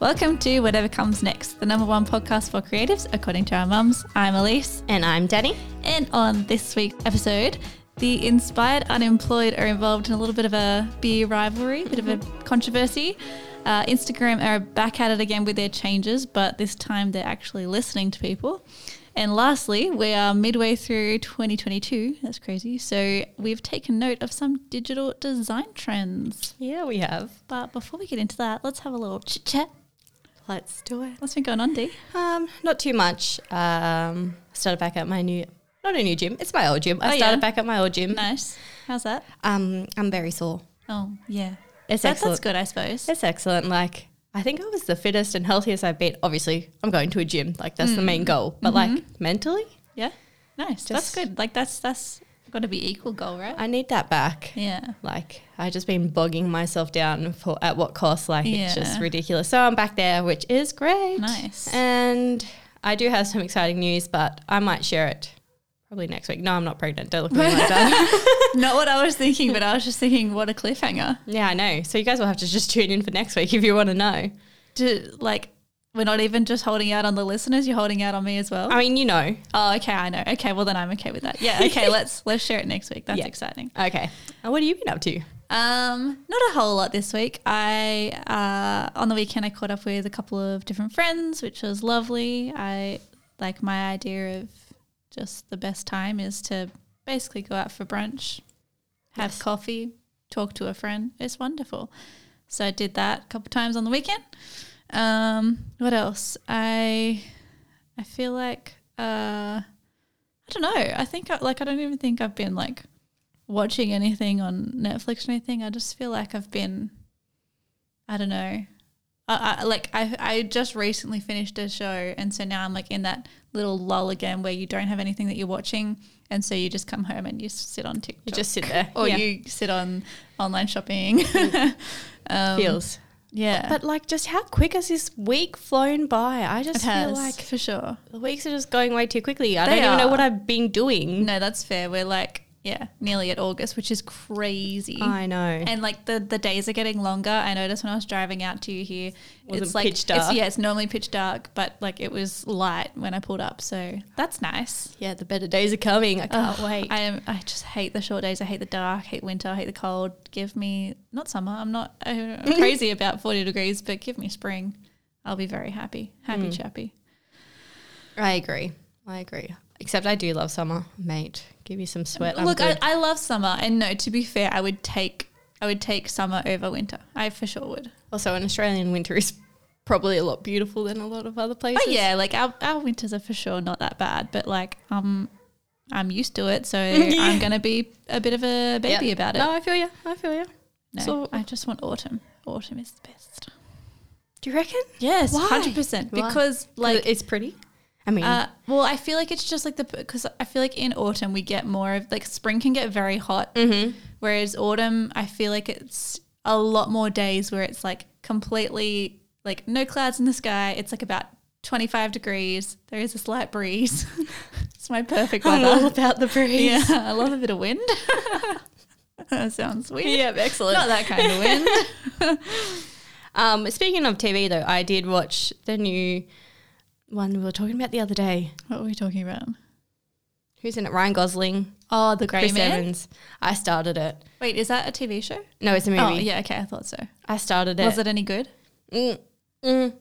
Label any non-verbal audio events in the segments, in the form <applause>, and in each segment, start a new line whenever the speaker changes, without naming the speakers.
Welcome to Whatever Comes Next, the number one podcast for creatives, according to our mums. I'm Elise.
And I'm Danny.
And on this week's episode, the inspired unemployed are involved in a little bit of a beer rivalry, a bit of a controversy. Uh, Instagram are back at it again with their changes, but this time they're actually listening to people. And lastly, we are midway through 2022. That's crazy. So we've taken note of some digital design trends.
Yeah, we have.
But before we get into that, let's have a little chit chat.
Let's do it.
What's been going on, Dee?
Um, not too much. Um, I started back at my new, not a new gym. It's my old gym. I
Oh,
started
yeah?
back at my old gym.
Nice. How's that?
Um, I'm very sore.
Oh, yeah.
It's
That-
excellent.
That's good, I suppose.
It's excellent. Like I think I was the fittest and healthiest I've been. Obviously, I'm going to a gym. Like that's the main goal. But like mentally,
Yeah. Nice. that's
Just-
good. Like that's that's got to be equal goal, right?
I need that back.
yeah. <laughs>
Like I just been bogging myself down for at what cost? Like it's just
Yeah.
ridiculous. So I'm back there, which is great.
Nice.
And I do have some exciting news, but I might share it probably next week. No, I'm not pregnant. Don't look at me
<laughs>
like that.
Not what I was thinking, but I was just thinking, what a cliffhanger.
<laughs> yeah, I know. So you guys will have to just tune in for next week if you want to know.
Do, like, we're not even just holding out on the listeners; you're holding out on me as well.
I mean, you know.
oh, okay, I know. Okay, well then I'm okay with that. Yeah.
<laughs>
Okay, let's let's share it next week. That's
Yeah.
exciting.
Okay. And what have you been up to?
Um, not a whole lot this week. I uh, on the weekend I caught up with a couple of different friends, which was lovely. I like my idea of just the best time is to basically go out for brunch, have
Yes.
coffee, talk to a friend. It's wonderful. So I did that a couple times on the weekend. Um, what else? I I feel like uh, I don't know. I think I, like I don't even think I've been like watching anything on Netflix or anything. I just feel like I've been, I don't know. I, I, like I, I just recently finished a show, and so now I'm like in that little lull again where you don't have anything that you're watching, and so you just come home and you s- sit on TikTok,
You just sit there.
or
Yeah.
you sit on online shopping. <laughs> um,
feels.
yeah,
But like, just how quick has this week flown by? I
it
just feel
has
like
for sure.
the weeks are just going way too quickly. I
They
don't even know
are.
what I've been doing.
No, that's fair. We're like yeah, nearly at August, which is crazy.
I know.
And like the the days are getting longer. I noticed when I was driving out to you here,
Wasn't
it's like
pitch
It's,
dark.
yeah, it's normally pitch dark, but like it was light when I pulled up, so that's nice.
yeah, the better days are coming. I can't
Ugh,
wait.
I am. I just hate the short days. I hate the dark. Hate winter. I hate the cold. Give me not summer. I'm not <laughs> uh,
<laughs>
crazy about forty degrees, but give me spring. I'll be very happy. Happy
Mm.
chappy.
I agree. I agree. Except I do love summer, mate. Give me some sweat. I'm
Look, I,
good.
I love summer, and no, to be fair, I would take I would take summer over winter. I for sure would.
also an Australian winter is probably a lot beautiful than a lot of other places.
But Oh, yeah, like our, our winters are for sure not that bad, but like um I'm used to <laughs> it, so I'm gonna be a bit of a baby
Yeah.
about it.
No, I feel you. I feel you.
No,
so-
I just want autumn. Autumn is the best.
Do you reckon?
Yes,
Why?
hundred percent.
Why?
Because like,
it's pretty. I mean,
uh, well, I feel like it's just like the because I feel like in autumn we get more of like spring can get very hot,
mm-hmm.
whereas autumn I feel like it's a lot more days where it's like completely like no clouds in the sky. It's like about twenty five degrees. There is a slight breeze. <laughs> it's my perfect
I'm
weather.
all about <laughs> the breeze.
Yeah, I love a bit of wind. <laughs> that sounds weird.
Yeah, excellent.
Not that kind of wind.
Um, speaking of TV, though, I did watch the new one we were talking about the other day.
<laughs> what were we talking about?
Who's in it? Ryan Gosling,
Oh, the Grey
Chris
Man.
Evans. I started it.
Wait, is that a TV show?
No, it's a movie.
Oh, yeah. Okay, I thought so.
I started it.
Was it any good?
Mm, mm.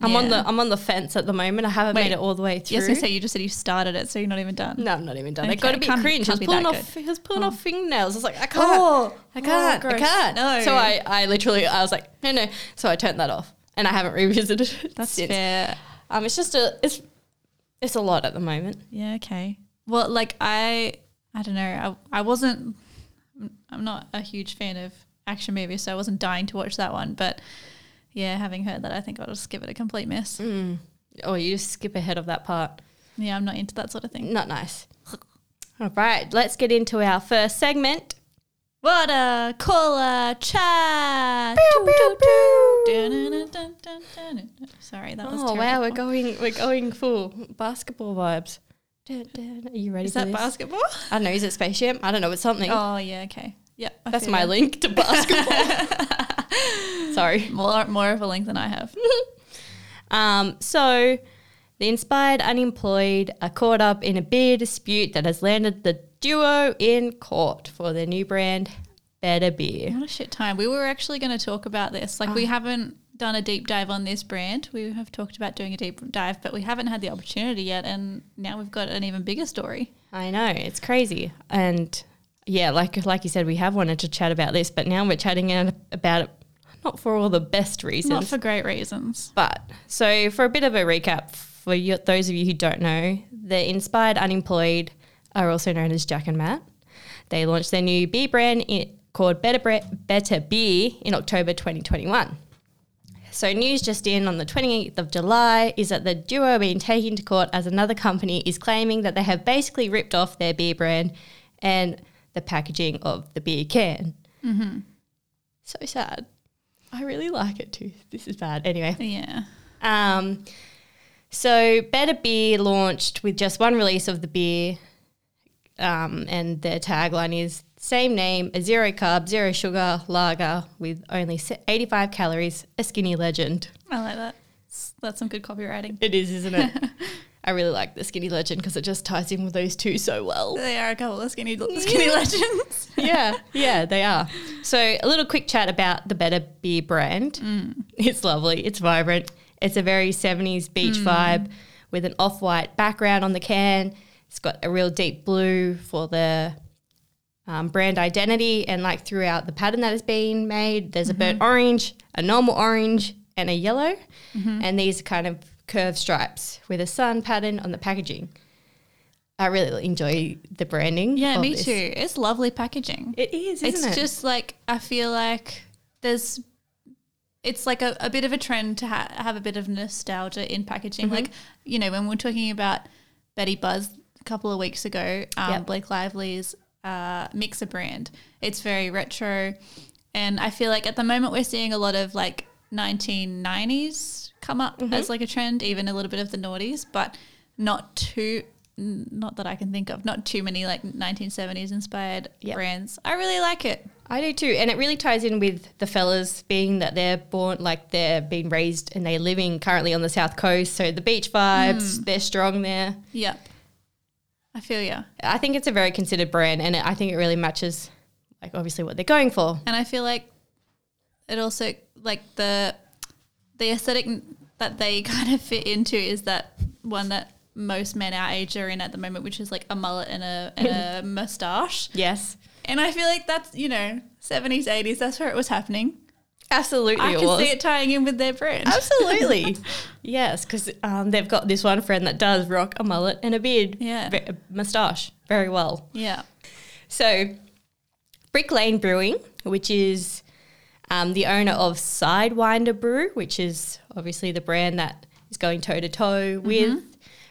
I'm on
Yeah.
the I'm on the fence at the moment. I haven't
Wait.
made it all the way through.
Yes, I say you just said you started it, so you're not even done.
No, I'm not even done.
Okay,
It got a bit
can't be-
cringe. I
can't
was
be
pulling
that
off, he was pulling off fingernails. I was like, I can't,
Oh,
I can't, I
gross.
can't.
No.
So I, I literally, I was like, no, no. So I turned that off, and I haven't revisited it
That's
since.
fair.
Um, it's just a, it's, it's a lot at the moment.
Yeah, okay. Well, like I, I don't know. I, I wasn't. I'm not a huge fan of action movies, so I wasn't dying to watch that one. But yeah, having heard that, I think I'll just give it a complete miss.
Oh, you just skip ahead of that part.
Yeah, I'm not into that sort of thing.
Not nice. All right, let's get into our first segment.
Water, cola, chat. Sorry, that was
Oh
terrible.
wow, we're going we're going full basketball vibes. Dun, dun. Are you ready
Is
for
that
this? Oh,
basketball?
I don't know. Is it spaceship? I don't know. It's something.
Oh yeah, okay. Yep, I
That's
feel
my
you.
<laughs> link to basketball. Sorry.
More, more of a link than I have.
Um, so the inspired unemployed are caught up in a beer dispute that has landed the duo in court for their new brand, Better Beer.
What a shit time. We were actually going to talk about this. Like, we haven't done a deep dive on this brand. We have talked about doing a deep dive, but we haven't had the opportunity yet. And now we've got an even bigger story.
I know it's crazy, and yeah, like like you said, we have wanted to chat about this, but now we're chatting a- about it not for all the best reasons.
Not for great reasons.
But so, for a bit of a recap, for you, those of you who don't know, the Inspired Unemployed are also known as Jack and Matt. They launched their new beer brand in, called Better, Bre- Better Beer in October 2021. So, news just in on the 28th of July is that the duo are being taken to court as another company is claiming that they have basically ripped off their beer brand and the packaging of the beer can. Mm-hmm. So sad. I really like it too. This is bad. Anyway.
Yeah.
Um, so Better Beer launched with just one release of the beer, um, and their tagline is same name, a zero carb, zero sugar lager with only se- 85 calories, a skinny legend.
I like that. S- That's some good copywriting.
It is, isn't it? I really like the skinny legend because it just ties in with those two so well.
They are a couple of <laughs> skinny, skinny legends.
yeah, yeah, they are. So, a little quick chat about the Better Beer brand.
Mm.
It's lovely, it's vibrant, it's a very 70s beach
Mm.
vibe with an off white background on the can. It's got a real deep blue for the um, brand identity, and like throughout the pattern that has been made, there's a
Mm-hmm.
burnt orange, a normal orange, and a yellow,
Mm-hmm.
and these kind of curved stripes with a sun pattern on the packaging. I really enjoy the branding.
Yeah,
of
me
this.
too. It's lovely packaging.
It is, isn't
it's
it?
just like I feel like there's it's like a, a bit of a trend to ha- have a bit of nostalgia in packaging.
Mm-hmm.
Like you know when we were talking about Betty Buzz a couple of weeks ago, um,
Yep.
Blake Lively's uh, mixer brand. It's very retro, and I feel like at the moment we're seeing a lot of like 1990s come up
Mm-hmm.
as like a trend, even a little bit of the noughties, but not too. n- Not that I can think of, not too many like 1970s inspired
Yep.
brands. I really like it.
I do too, and it really ties in with the fellas being that they're born, like they're being raised and they're living currently on the south coast. So the beach vibes, they're strong there.
Yep. I feel ya.
I think it's a very considered brand, and it, I think it really matches, like obviously what they're going for.
And I feel like it also like the the aesthetic n- that they <laughs> kind of fit into is that one that most men our age are in at the moment, which is like a mullet and a
<laughs>
and a mustache.
Yes,
And I feel like that's you know seventies, eighties. That's where it was happening.
absolutely.
I
it
can
was.
see it tying in with their brand.
<laughs> Absolutely. yes, because um, they've got this one friend that does rock a mullet and a beard,
Yeah.
ve- a moustache, very well.
yeah.
So, Brick Lane Brewing, which is um, the owner of Sidewinder Brew, which is obviously the brand that is going toe to toe with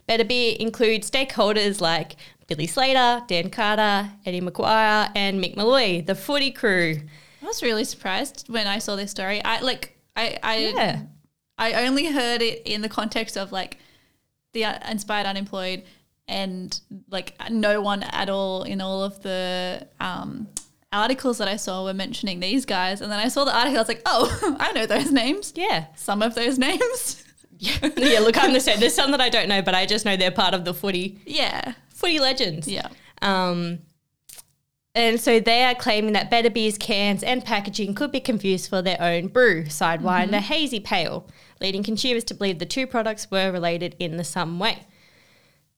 Better Beer, includes stakeholders like Billy Slater, Dan Carter, Eddie McGuire, and Mick Malloy, the footy crew.
I was really surprised when I saw this story. I like I I
Yeah.
I only heard it in the context of like the uh, inspired unemployed and like no one at all in all of the um, articles that I saw were mentioning these guys. And then I saw the article, I was like, oh, <laughs> I know those names.
Yeah. <laughs>
Some of those <laughs> names.
Yeah, look, I'm the same. There's some that I don't know, but I just know they're part of the footy
Yeah.
footy legends.
Yeah.
Um, and so they are claiming that Better Beer's cans and packaging could be confused for their own brew, Sidewinder Hazy Pale, leading consumers to believe the two products were related in the some way.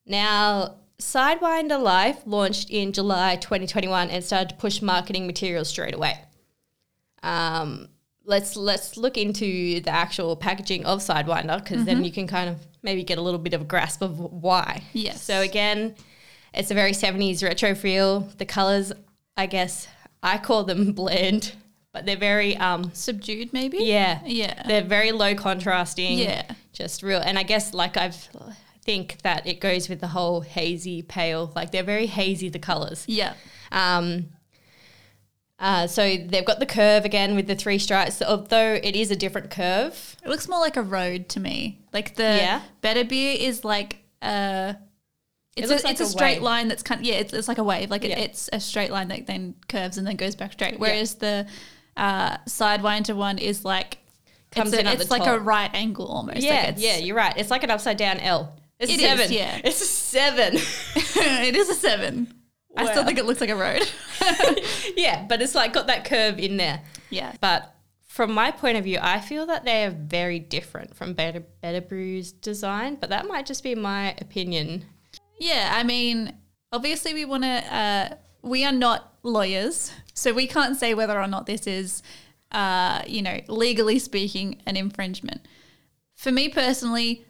Now, Sidewinder Life launched in July 2021 and started to push marketing materials straight away. Um, let's let's look into the actual packaging of Sidewinder because then you can kind of maybe get a little bit of a grasp of why.
Yes.
So again, it's a very 70s retro feel. The colors, I guess, I call them <laughs> blend, but they're very um
Subdued, maybe?
yeah.
Yeah.
They're very low contrasting.
Yeah.
Just real. And I guess like I've I think that it goes with the whole hazy pale. Like they're very hazy the colors.
Yeah.
Um uh, so they've got the curve again with the three stripes, although it is a different curve.
It looks more like a road to me. Like the
Yeah.
better beer is like a. It's,
looks
a,
like
it's a,
a
straight
wave.
line that's kind of, yeah, it's, it's like a wave. Like it,
Yeah.
it's a straight line that then curves and then goes back straight. Whereas the uh, sidewind to one is like
Comes
it's, a-
in at
it's
the
like a
top.
right angle almost.
yeah,
like it's, <laughs>
yeah, you're right. It's like an upside down L. It's
It is,
seven.
yeah.
<laughs> It's a seven.
it is a seven. I still
Wow.
think it looks like a
<laughs>
road.
yeah, but it's like got that curve in there.
yeah.
But from my point of view, I feel that they are very different from Better Better Brew's design, but that might just be my opinion.
Yeah, I mean, obviously, we want to. Uh, we are not lawyers, so we can't say whether or not this is, uh, you know, legally speaking, an infringement. For me personally,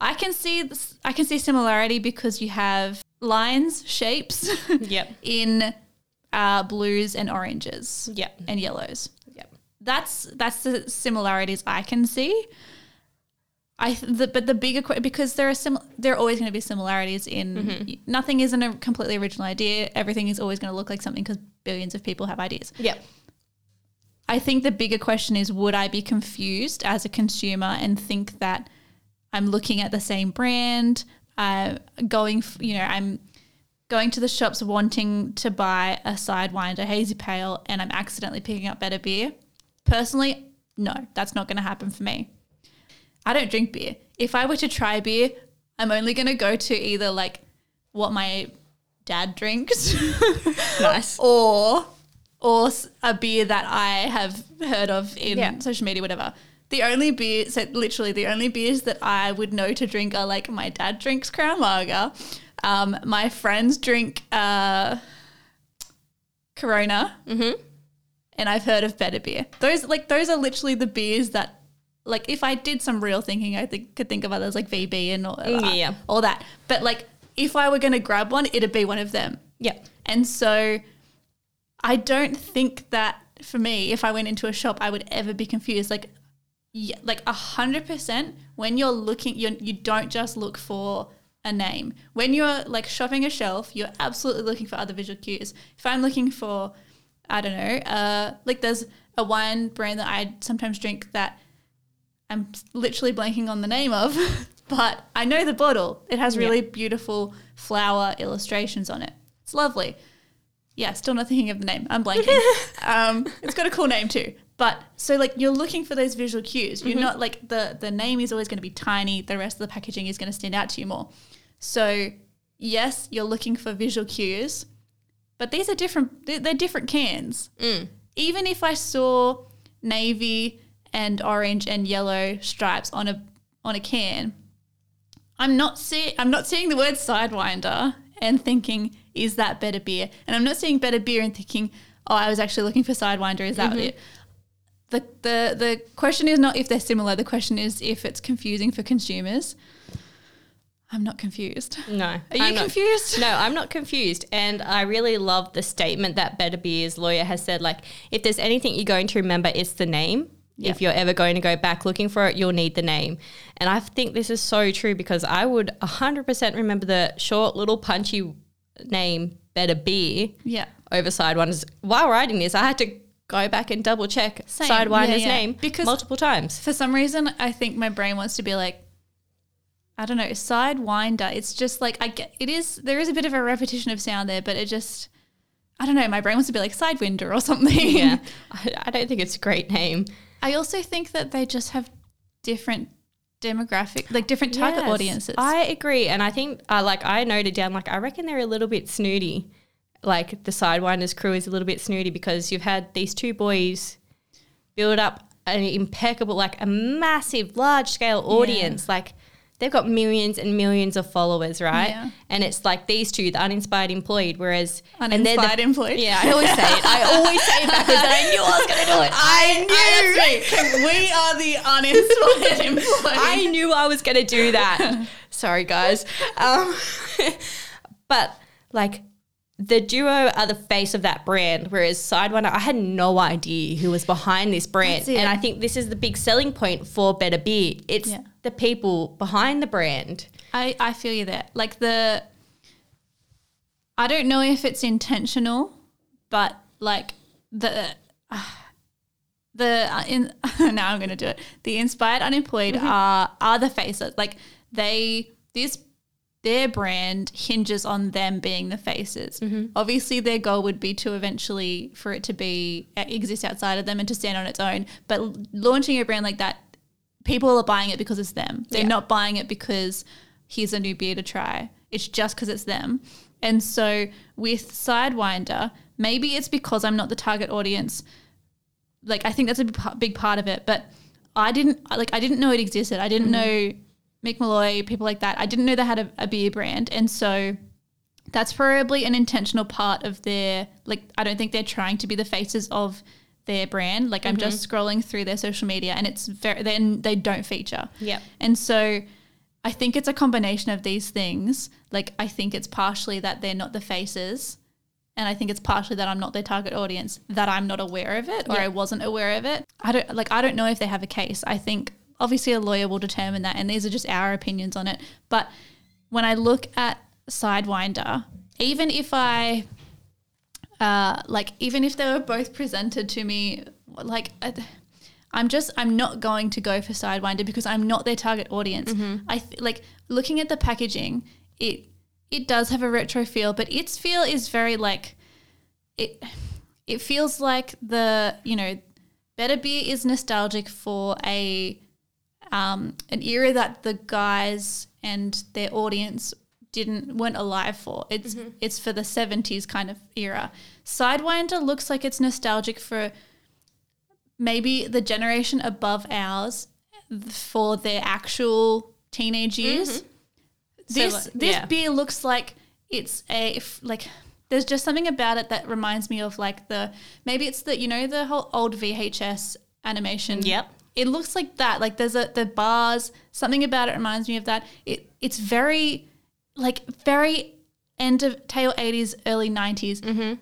I can see this, I can see similarity because you have lines, shapes,
Yep.
in uh, blues and oranges
Yep.
and yellows
Yep.
that's that's the similarities I can see. I th- the, but the bigger que- because there are sim- there are always going to be similarities in nothing isn't a completely original idea. Everything is always going to look like something because billions of people have ideas.
Yep.
I think the bigger question is would I be confused as a consumer and think that I'm looking at the same brand, uh, going, f- you know, I'm going to the shops wanting to buy a Sidewinder Hazy Pale and I'm accidentally picking up better beer? Personally, no, that's not going to happen for me. I don't drink beer. If I were to try beer, I'm only going to go to either like what my dad drinks <laughs>
Nice.
or or s- a beer that I have heard of in
Yeah.
social media, whatever. The only beer, so literally the only beers that I would know to drink are like my dad drinks Crown Lager, um, my friends drink uh, Corona, mm-hmm. and I've heard of Better Beer. Those like those are literally the beers that like if I did some real thinking, I think could think of others like VB and all,
Yeah.
all that. But like if I were going to grab one, it'd be one of them.
Yep.
And so I don't think that for me, if I went into a shop, I would ever be confused. Like, yeah, like a hundred percent when you're looking, you you don't just look for a name. When you're like shopping a shelf, you're absolutely looking for other visual cues. If I'm looking for, I don't know, uh, like there's a wine brand that I sometimes drink that I'm literally blanking on the name of, <laughs> but I know the bottle. It has really beautiful flower illustrations on it. It's lovely. Yeah, still not thinking of the name. I'm blanking. um, it's got a cool name too. But so like you're looking for those visual cues. You're not like the the name is always going to be tiny. The rest of the packaging is going to stand out to you more. So yes, you're looking for visual cues, but these are different. They're, they're different cans. Even if I saw navy and orange and yellow stripes on a on a can, I'm not see I'm not seeing the word sidewinder and thinking, is that better beer? And I'm not seeing better beer and thinking, oh, I was actually looking for sidewinder. Is that it? The, the the question is not if they're similar. The question is if it's confusing for consumers. I'm not confused.
No.
Are you
I'm not-
confused?
No, I'm not confused. And I really love the statement that Better Beer's lawyer has said like, if there's anything you're going to remember, it's the name.
Yeah.
If you're ever going to go back looking for it, you'll need the name. And I think this is so true because I would 100% remember the short, little, punchy name Better Beer
Yeah.
over Sidewinder's. While writing this, I had to go back and double check
Same.
Sidewinder's
Yeah, yeah.
name
Because- <laughs>
multiple times.
For some reason, I think my brain wants to be like, I don't know, sidewinder. It's just like I get it is there is a bit of a repetition of sound there, but it just I don't know. My brain wants to be like sidewinder or something.
Yeah, I, I don't think it's a great name.
<laughs> I also think that they just have different demographic, like different target
Yes,
audiences.
I agree, and I think uh, like I noted down like I reckon they're a little bit snooty. Like the Sidewinders crew is a little bit snooty because you've had these two boys build up an impeccable, like a massive, large scale audience. Like they've got millions and millions of followers, right?
Yeah.
And it's like these two, the uninspired employed, whereas and they're
Uninspired
the,
employee.
yeah, I always say
<laughs>
it. I always say it backwards, and I knew I was going to do it. I, I- that's me. <laughs>
we are the <laughs> uninspired
I
employee.
knew I was going to
<laughs>
do that. Sorry, guys. Um, <laughs> but like the duo are the face of that brand, whereas Sidewinder, I had no idea who was behind this brand.
That's it.
And I think this is the big selling point for Better Beer. It's
Yeah.
the people behind the brand.
I, I feel you there. Like the, I don't know if it's intentional, but like the, <sighs> the uh, in <laughs> now I'm going to do it. The inspired unemployed are are the faces. Like they this their brand hinges on them being the faces. Obviously, their goal would be to eventually for it to be e, exist outside of them and to stand on its own. But l- launching a brand like that, people are buying it because it's them. They're
Yeah.
not buying it because here's a new beer to try. It's just because it's them. And so with Sidewinder, maybe it's because I'm not the target audience like I think that's a b- pa- big part of it. But I didn't like I didn't know it existed. I didn't know Mick Malloy, people like that. I didn't know they had a, a beer brand, and so that's probably an intentional part of their like. I don't think they're trying to be the faces of their brand. Like I'm just scrolling through their social media, and it's very then they don't feature.
Yep.
And so I think it's a combination of these things. Like I think it's partially that they're not the faces and I think it's partially that I'm not their target audience, that I'm not aware of it or
Yeah.
I wasn't aware of it. I don't like I don't know if they have a case. I think obviously a lawyer will determine that and these are just our opinions on it. But when I look at Sidewinder, even if I uh, like even if they were both presented to me like I- i'm just i'm not going to go for sidewinder because i'm not their target audience i th- like looking at the packaging it it does have a retro feel but its feel is very like it it feels like the you know better beer is nostalgic for a um, an era that the guys and their audience didn't weren't alive for. It's
Mm-hmm.
it's for the seventies kind of era. Sidewinder looks like it's nostalgic for maybe the generation above ours for their actual teenage years. This
Mm-hmm. like,
this
yeah.
beer looks like it's a if, like there's just something about it that reminds me of like the maybe it's the you know the whole old VHS animation.
Yep.
It looks like that. Like there's a the bars, something about it reminds me of that. It it's very like very end of tail 80s, early 90s.
Mm-hmm.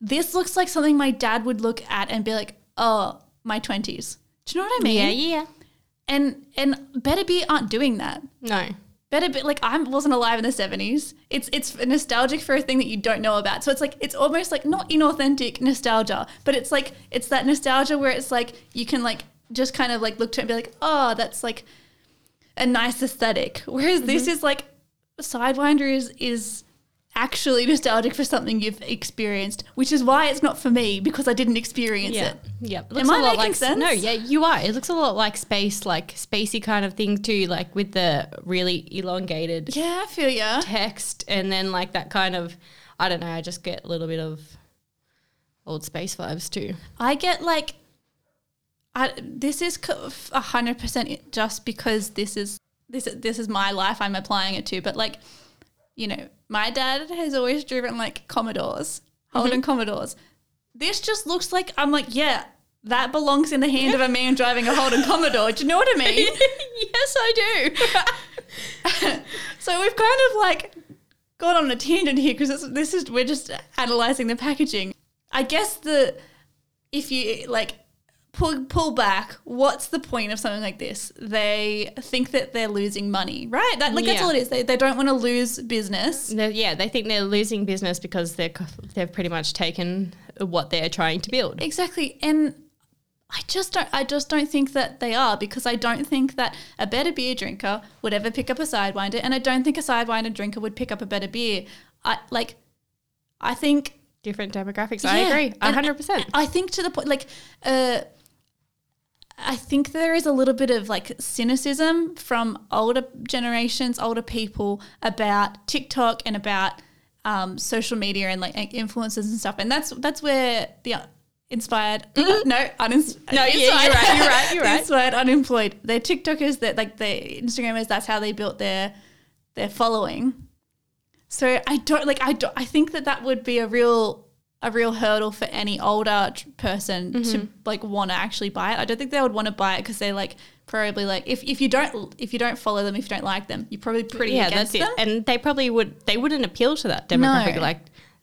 This looks like something my dad would look at and be like, "Oh, my 20s." Do you know what I mean?
Yeah, yeah.
And and Better Be aren't doing that.
No.
Better Be like I wasn't alive in the 70s. It's it's nostalgic for a thing that you don't know about. So it's like it's almost like not inauthentic nostalgia, but it's like it's that nostalgia where it's like you can like just kind of like look to it and be like, "Oh, that's like a nice aesthetic." Whereas this is like Sidewinder is is actually nostalgic for something you've experienced, which is why it's not for me because I didn't experience
Yeah.
it.
Yep. It
I
a lot
making
like
sense?
No, yeah, you are. It looks a lot like space, like spacey kind of thing too, like with the really elongated
Yeah, I feel ya.
text and then like that kind of I don't know, I just get a little bit of old space vibes too.
I get like, I this is hundred percent just because this is this this is my life. I'm applying it to, but like, you know, my dad has always driven like Commodores,
Mm-hmm.
Holden Commodores. This just looks like I'm like, yeah, that belongs in the hand of a man driving a Holden Commodore. Do you know what I mean?
<laughs> yes, I do.
<laughs> So we've kind of like gone on a tangent here because this is we're just analyzing the packaging. I guess the if you like pull pull back, what's the point of something like this? They think that they're losing money, right? That, like that's
Yeah.
all it is. They, they don't want to lose business.
They're- yeah, they think they're losing business because they're co- they've pretty much taken what they're trying to build.
Exactly, and I just don't. I just don't think that they are because I don't think that a better beer drinker would ever pick up a sidewinder, and I don't think a sidewinder drinker would pick up a better beer. I like. I think
Different demographics. I
Yeah.
agree,
And-
hundred percent.
I think to the point, like, uh, I think there is a little bit of like cynicism from older generations, older people about TikTok and about um, social media and like influencers and stuff. And that's that's where the uh, inspired, uh, no, unins-
Mm-hmm. No, yeah, you're right, you're right, you're
the
right.
<laughs> Inspired, unemployed. They're TikTokers. That like their Instagrammers. That's how they built their their following. So I don't like I don't, I think that that would be a real a real hurdle for any older tr- person
Mm-hmm.
to like want to actually buy it. I don't think they would want to buy it because they like probably like if, if you don't if you don't follow them if you don't like them you're probably pretty
Yeah,
against
that's it.
them.
And they probably would. They wouldn't appeal to that demographic.
No.
Like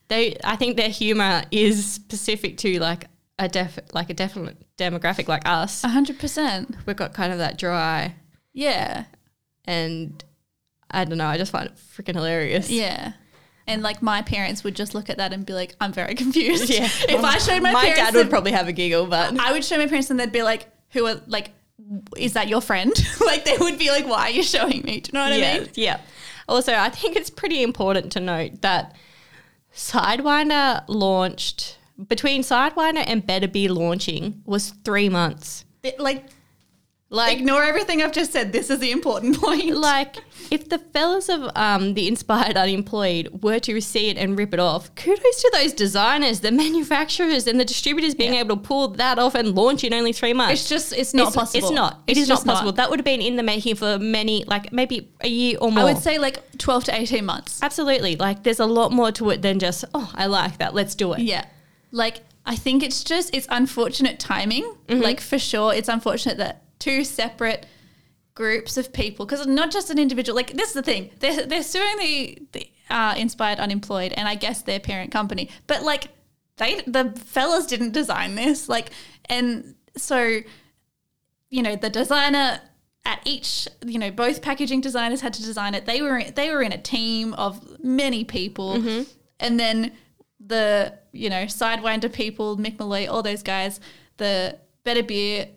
they, I think their humor is specific to like a def, like a definite demographic like us.
A hundred percent.
We've got kind of that dry
Yeah,
and. I don't know. I just find it freaking hilarious.
yeah. And like my parents would just look at that and be like, I'm very <laughs> confused.
<laughs> Yeah.
if I showed my,
my
parents,
dad would
the-
probably have a giggle, <laughs> but
I would show my parents and they'd be like, who are <laughs> like, is that your friend? like they would be like, why are you showing me? Do you know what I
yeah,
mean?
yeah. Also, I think it's pretty important to note that Sidewinder launched between Sidewinder and Better Be launching was three months.
Th- Like,
Like, <laughs>
ignore everything I've just said. This is the important <laughs> point.
like if the fellas of um, the Inspired Unemployed were to see it and rip it off, kudos to those designers, the <laughs> manufacturers, and the distributors being able to pull that off and launch in only three months.
it's just, it's not
it's,
possible.
It's not. It's
just
not possible. That would have been in the making for many, like maybe a year or more.
I would say like 12 to 18 months.
absolutely. Like there's a lot more to it than just oh, I like that. Let's do it.
Yeah. Like, I think it's just, it's unfortunate timing. Like, for sure, it's unfortunate that two separate groups of people, because not just an individual, like, this is the thing. They're, they're suing the, the uh, Inspired Unemployed and I guess their parent company. But, like, they, the fellas didn't design this. Like, and so, you know, the designer at each, you know, both packaging designers had to design it. They were they were in a team of many people, and then the you know Sidewinder people, Mick Malloy, all those guys, the Better Beer.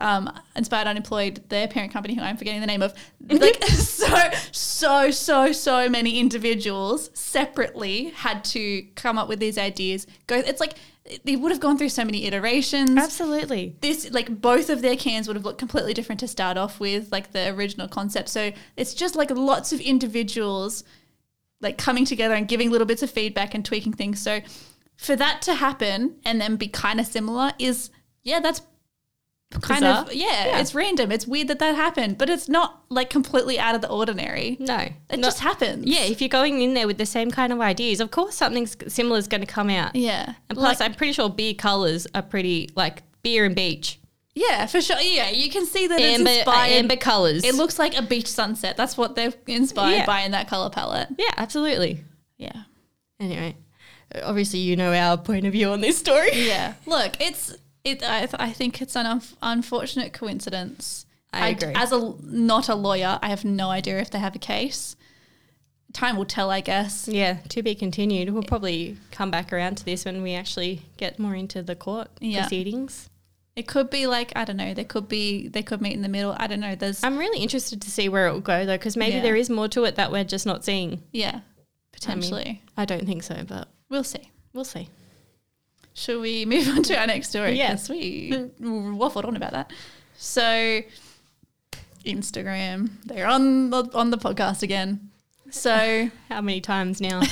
Um, inspired unemployed their parent company who i'm forgetting the name of like <laughs> so so so so many individuals separately had to come up with these ideas go it's like they would have gone through so many iterations
Absolutely.
this like both of their cans would have looked completely different to start off with like the original concept so it's just like lots of individuals like coming together and giving little bits of feedback and tweaking things so for that to happen and then be kind of similar is yeah that's kind of
Bizarre.
yeah,
Yeah.
it's random it's weird that that happened but it's not like completely out of the ordinary
No.
it
Not-
just happens
yeah. If you're going in there with the same kind of ideas, of course something s- similar is going to come out.
yeah
And plus,
Like-
I'm pretty sure beer colors are pretty like beer and beach,
yeah for sure yeah you can see that
amber, uh,
it's inspired
amber colors.
it looks like a beach sunset that's what they're inspired
Yeah.
by in that color palette
yeah, absolutely.
Yeah.
Anyway, obviously you know our point of view on this story.
Yeah. Look, it's it. I, th- I think it's an unf unfortunate coincidence.
I
d-
agree.
As a not a lawyer, I have no idea if they have a case. Time will tell, I guess.
Yeah, to be continued. We'll probably come back around to this when we actually get more into the court
Yeah.
proceedings.
It could be like I don't know. They could be they could meet in the middle. I don't know. There's
I'm really interested to see where it will go though, because maybe
Yeah.
there is more to it that we're just not seeing.
yeah, potentially.
I don't think so, but
we'll see.
we'll see.
Should we move on to our next story?
Yeah.
'Cause we waffled on about that. So, Instagram. They're on the on the podcast again. So.
How many
<laughs>
times now?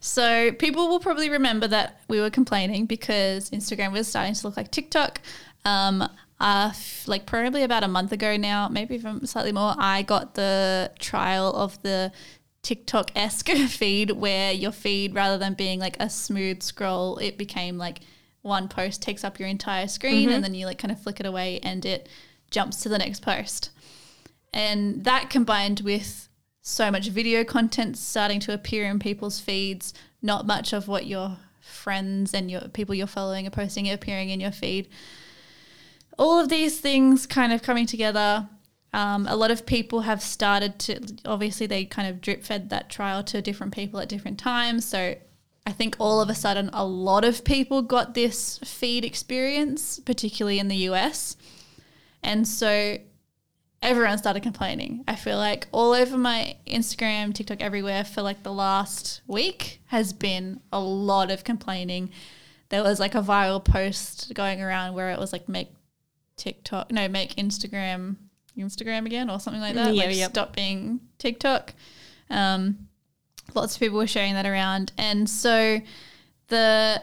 So people will probably remember that we were complaining because Instagram was starting to look like TikTok. Um, uh, f- like probably about a month ago now, maybe even slightly more, I got the trial of the TikTok esque <laughs> feed where your feed, rather than being like a smooth scroll, it became like one post takes up your entire screen and then you like kind of flick it away and it jumps to the next post. And that combined with so much video content starting to appear in people's feeds, not much of what your friends and your people you're following are posting appearing in your feed. All of these things kind of coming together. Um, a lot of people have started to, obviously, they kind of drip fed that trial to different people at different times. So I think all of a sudden, a lot of people got this feed experience, particularly in the US. And so everyone started complaining. I feel like all over my Instagram, TikTok, everywhere for like the last week has been a lot of complaining. There was like a viral post going around where it was like make TikTok, no, make Instagram Instagram again or something like that.
Yeah,
like
yep.
stop being TikTok. Um, lots of people were sharing that around, and so the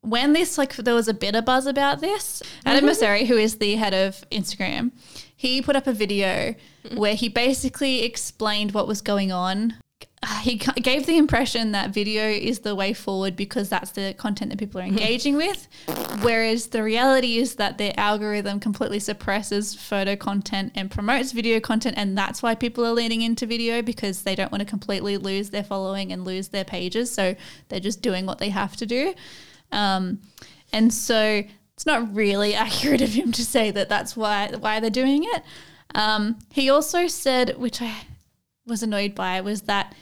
when this like there was a bit of buzz about this adam Mosseri, who is the head of instagram he put up a video where he basically explained what was going on he ca- gave the impression that video is the way forward because that's the content that people are engaging with whereas the reality is that their algorithm completely suppresses photo content and promotes video content and that's why people are leaning into video because they don't want to completely lose their following and lose their pages so they're just doing what they have to do um, and so it's not really <laughs> accurate of him to say that that's why why they're doing it. Um, he also said, which I was annoyed by, was that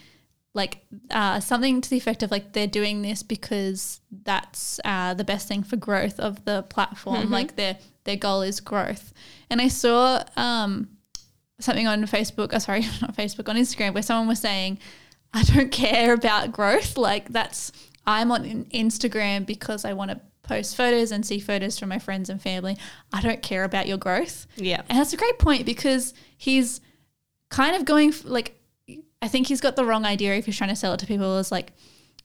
like uh, something to the effect of like they're doing this because that's uh, the best thing for growth of the platform. Like their their goal is growth. And I saw um, something on Facebook, oh, sorry, <laughs> not Facebook, on Instagram, where someone was saying, I don't care about growth. Like, that's, I'm on in- Instagram because I want to post photos and see photos from my friends and family. I don't care about your growth.
Yeah.
And that's a great point because he's kind of going f- like I think he's got the wrong idea if he's trying to sell it to people as like,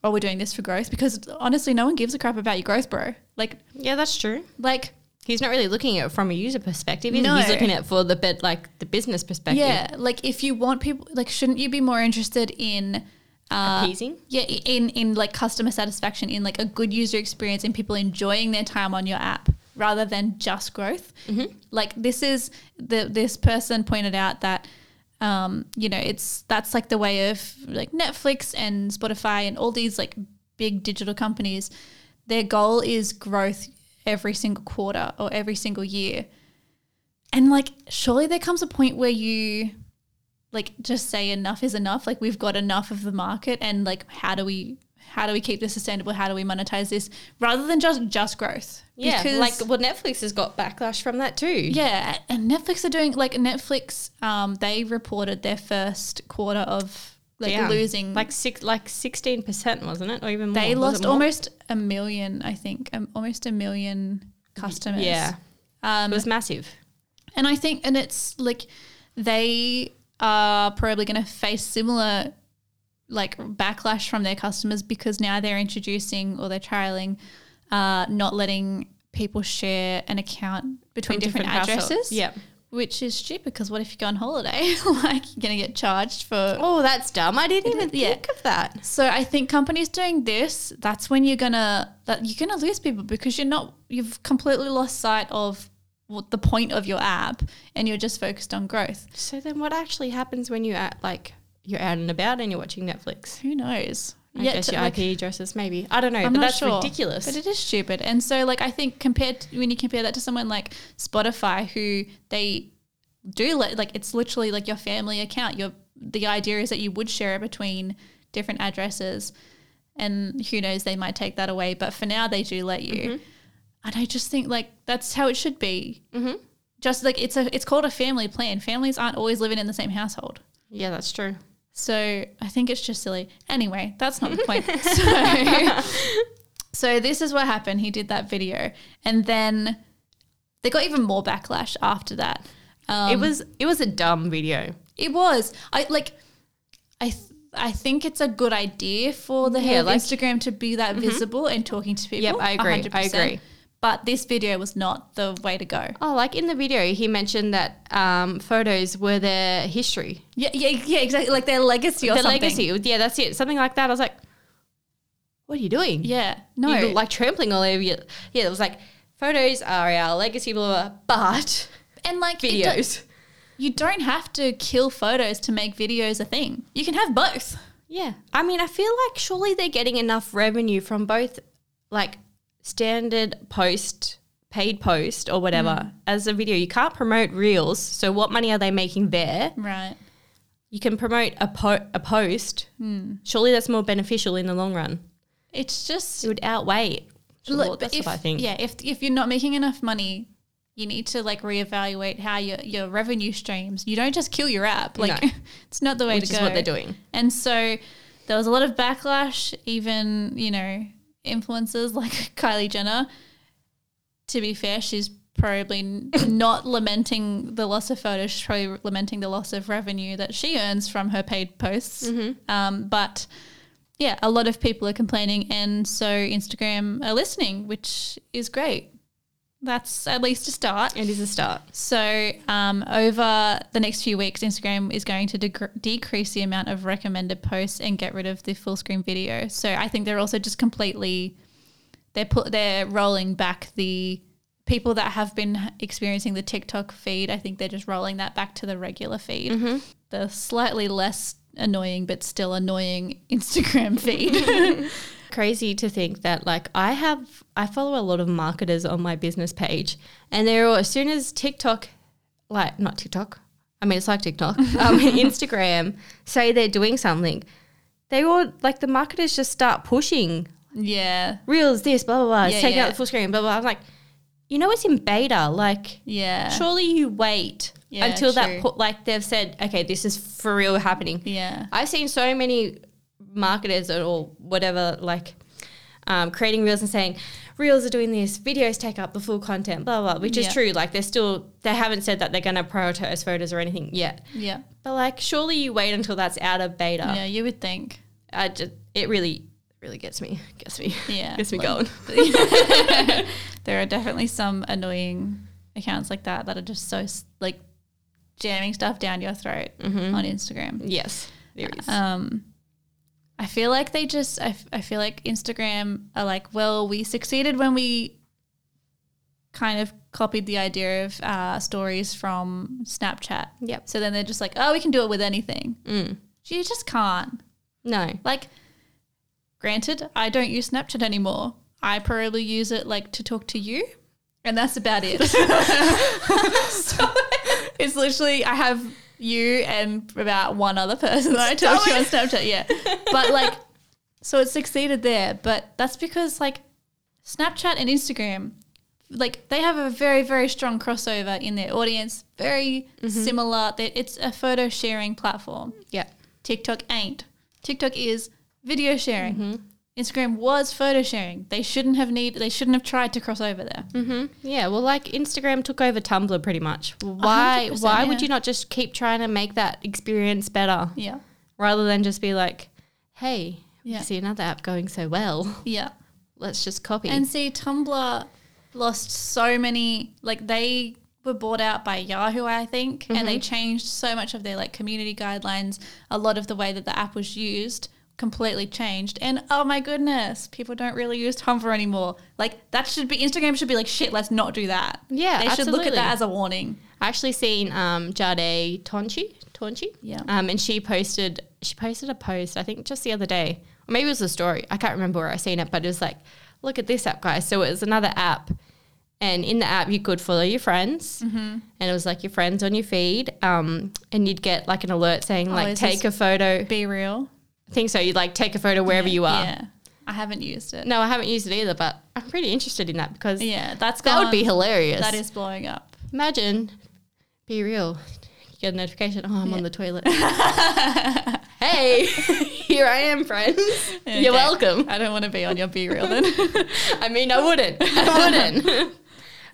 oh, we're doing this for growth because honestly, no one gives a crap about your growth, bro. Like,
Yeah, that's true.
like
He's not really looking at it from a user perspective. Is
No.
he? He's looking at it for the bit like the business perspective.
yeah, like if you want people, like, shouldn't you be more interested in uh,
Appeasing.
yeah i- in in like customer satisfaction in like a good user experience and people enjoying their time on your app rather than just growth like this is the this person pointed out that um you know it's that's like the way of like netflix and spotify and all these like big digital companies their goal is growth every single quarter or every single year and like surely there comes a point where you like just say enough is enough like we've got enough of the market and like how do we how do we keep this sustainable how do we monetize this rather than just just growth
Yeah,
Because-
like well, Netflix has got backlash from that too.
yeah and netflix are doing like netflix um they reported their first quarter of like
Yeah.
losing
like six, like sixteen percent, wasn't it, or even more?
they
Was it
lost
more?
almost a million i think um, almost a million customers
Yeah, it was massive.
And I think, and it's like they are probably going to face similar like backlash from their customers because now they're introducing or they're trialing uh, not letting people share an account between different,
households.
addresses.
Yeah.
Which is stupid because what if you go on holiday? <laughs> like you're going to get charged for.
Oh, that's dumb. I didn't even
Yeah.
think of that.
So I think companies doing this, that's when you're gonna that you're gonna lose people because you're not you've completely lost sight of what the point of your app and you're just focused on growth.
So then, what actually happens when you're at like you're out and about and you're watching Netflix?
Who knows?
I
Yet
guess
to-
your
like,
IP addresses, maybe. I don't know,
I'm not
but that's
sure.
ridiculous.
But it is stupid. And so, like, I think compared to, when you compare that to someone like Spotify, who they do let like it's literally like your family account. Your the idea is that you would share it between different addresses, and who knows they might take that away. But for now, they do let you.
Mm-hmm.
And I just think like that's how it should be. Mm-hmm. Just like it's a it's called a family plan. Families aren't always living in the same household.
yeah, that's true.
So I think it's just silly. Anyway, that's
<laughs>
not the point. so, so this is what happened. He did that video, and then they got even more backlash after that. Um,
it was it was a dumb video.
it was I like I th- I think it's a good idea for the head
Yeah,
of
like- Mm-hmm.
Instagram to be that visible and talking to people.
Yep, I agree. I
100%.
agree.
But this video was not the way to go.
Oh, like in the video, he mentioned that um, photos were their history,
Yeah, yeah, yeah, exactly. Like their legacy or
their
something.
legacy. Yeah, that's it. Something like that. I was like, what are you doing?
Yeah, no,
You look like trampling all over you. Yeah, it was like photos are our legacy, blah, blah, blah but
and like it do-
videos.
You don't have to kill photos to make videos a thing. You can have both.
Yeah. I mean, I feel like surely they're getting enough revenue from both like standard post, paid post, or whatever
Mm.
as a video. You can't promote reels. So, what money are they making there?
Right.
You can promote a, po- a post.
Hmm.
Surely that's more beneficial in the long run.
It's just
It would outweigh it. Sure,
look,
that's
if,
what I think.
Yeah, if if you're not making enough money, you need to like reevaluate how your your revenue streams. You don't just kill your app. Like <laughs>
No.
it's not the way
Which
to
is
go.
what they're doing.
And so there was a lot of backlash, even, you know, influencers <laughs> like Kylie Jenner. To be fair, she's probably n- <coughs> not lamenting the loss of photos, she's probably lamenting the loss of revenue that she earns from her paid posts. Um, but yeah, a lot of people are complaining, and so Instagram are listening, which is great. That's at least a start.
It is a start.
So, um, over the next few weeks, Instagram is going to dec decrease the amount of recommended posts and get rid of the full screen video. So, I think they're also just completely they're put they're rolling back the people that have been experiencing the TikTok feed. I think they're just rolling that back to the regular feed, the slightly less annoying but still annoying <laughs> Instagram feed.
crazy to think that like I have I follow a lot of marketers on my business page and they're all, as soon as TikTok like not TikTok I mean it's
<laughs>
like TikTok um, Instagram say they're doing something they all like the marketers just start pushing
yeah,
reels this blah blah blah it's
Yeah,
taking
yeah.
out the full screen blah blah I'm like you know it's in beta like
yeah.
surely you wait
Yeah,
until
true.
that point, like they've said, okay, this is for real happening.
Yeah.
I've seen so many marketers or whatever, like um, creating reels and saying reels are doing this, videos take up the full content, blah blah, which
Yeah.
is true. Like they're still they haven't said that they're going to prioritize photos or anything yet.
Yeah.
But like, surely you wait until that's out of beta.
Yeah, you would think.
I just it really really gets me, gets me,
Yeah.
gets me
Well,
going.
There are definitely some annoying accounts like that that are just so s- like jamming stuff down your throat on Instagram.
Yes, there is.
um i feel like they just I, f- I feel like instagram are like well we succeeded when we kind of copied the idea of uh, stories from snapchat
Yep. Mm.
so then they're just like oh we can do it with anything you just can't
No.
like granted i don't use snapchat anymore i probably use it like to talk to you and that's about it So, it's literally i have you and about one other person that i talk to on snapchat yeah but like so it succeeded there but that's because like snapchat and instagram like they have a very very strong crossover in their audience very similar They- it's a photo sharing platform
Yeah.
TikTok ain't. TikTok is video sharing.
Mm-hmm.
Instagram was photo sharing. They shouldn't have need. They shouldn't have tried to cross over there.
Mm. Yeah, well, like Instagram took over Tumblr pretty much. Why?
100%,
Why
yeah.
would you not just keep trying to make that experience better
Yeah,
rather than just be like, "Hey,
Yeah.
we see another app going so well, <laughs>
yeah.
let's just copy."
And see, Tumblr lost so many. Like they were bought out by Yahoo, I think, and
Mm-hmm.
they changed so much of their like community guidelines. A lot of the way that the app was used completely changed. And oh my goodness, people don't really use Tumblr anymore. Like that should be Instagram should be like shit. Let's not do that.
Yeah,
they should look at
absolutely.
that as a warning.
I actually seen um, Jade Tonchi, Tonchi,
Yeah.
um, and she posted she posted a post I think just the other day, or maybe it was a story. I can't remember where I seen it, but it was like, "Look at this app, guys." So it was another app, and in the app you could follow your friends,
Mm-hmm.
and it was like your friends on your feed, um, and you'd get like an alert saying like,
Oh, is
"Take a photo." I
Be real.
think so. You'd like take a photo wherever you are.
Yeah. I haven't used it.
No, I haven't used it either, but I'm pretty interested in that because
Yeah, that's
Um, that would be
gone.
hilarious.
that is blowing up.
Imagine, be real. You get a notification. Oh, I'm on the <laughs> toilet. hey, <laughs> here I am, friends.
Okay.
You're welcome.
I don't want to be on your B reel then.
<laughs> I mean, I wouldn't. <laughs> I wouldn't.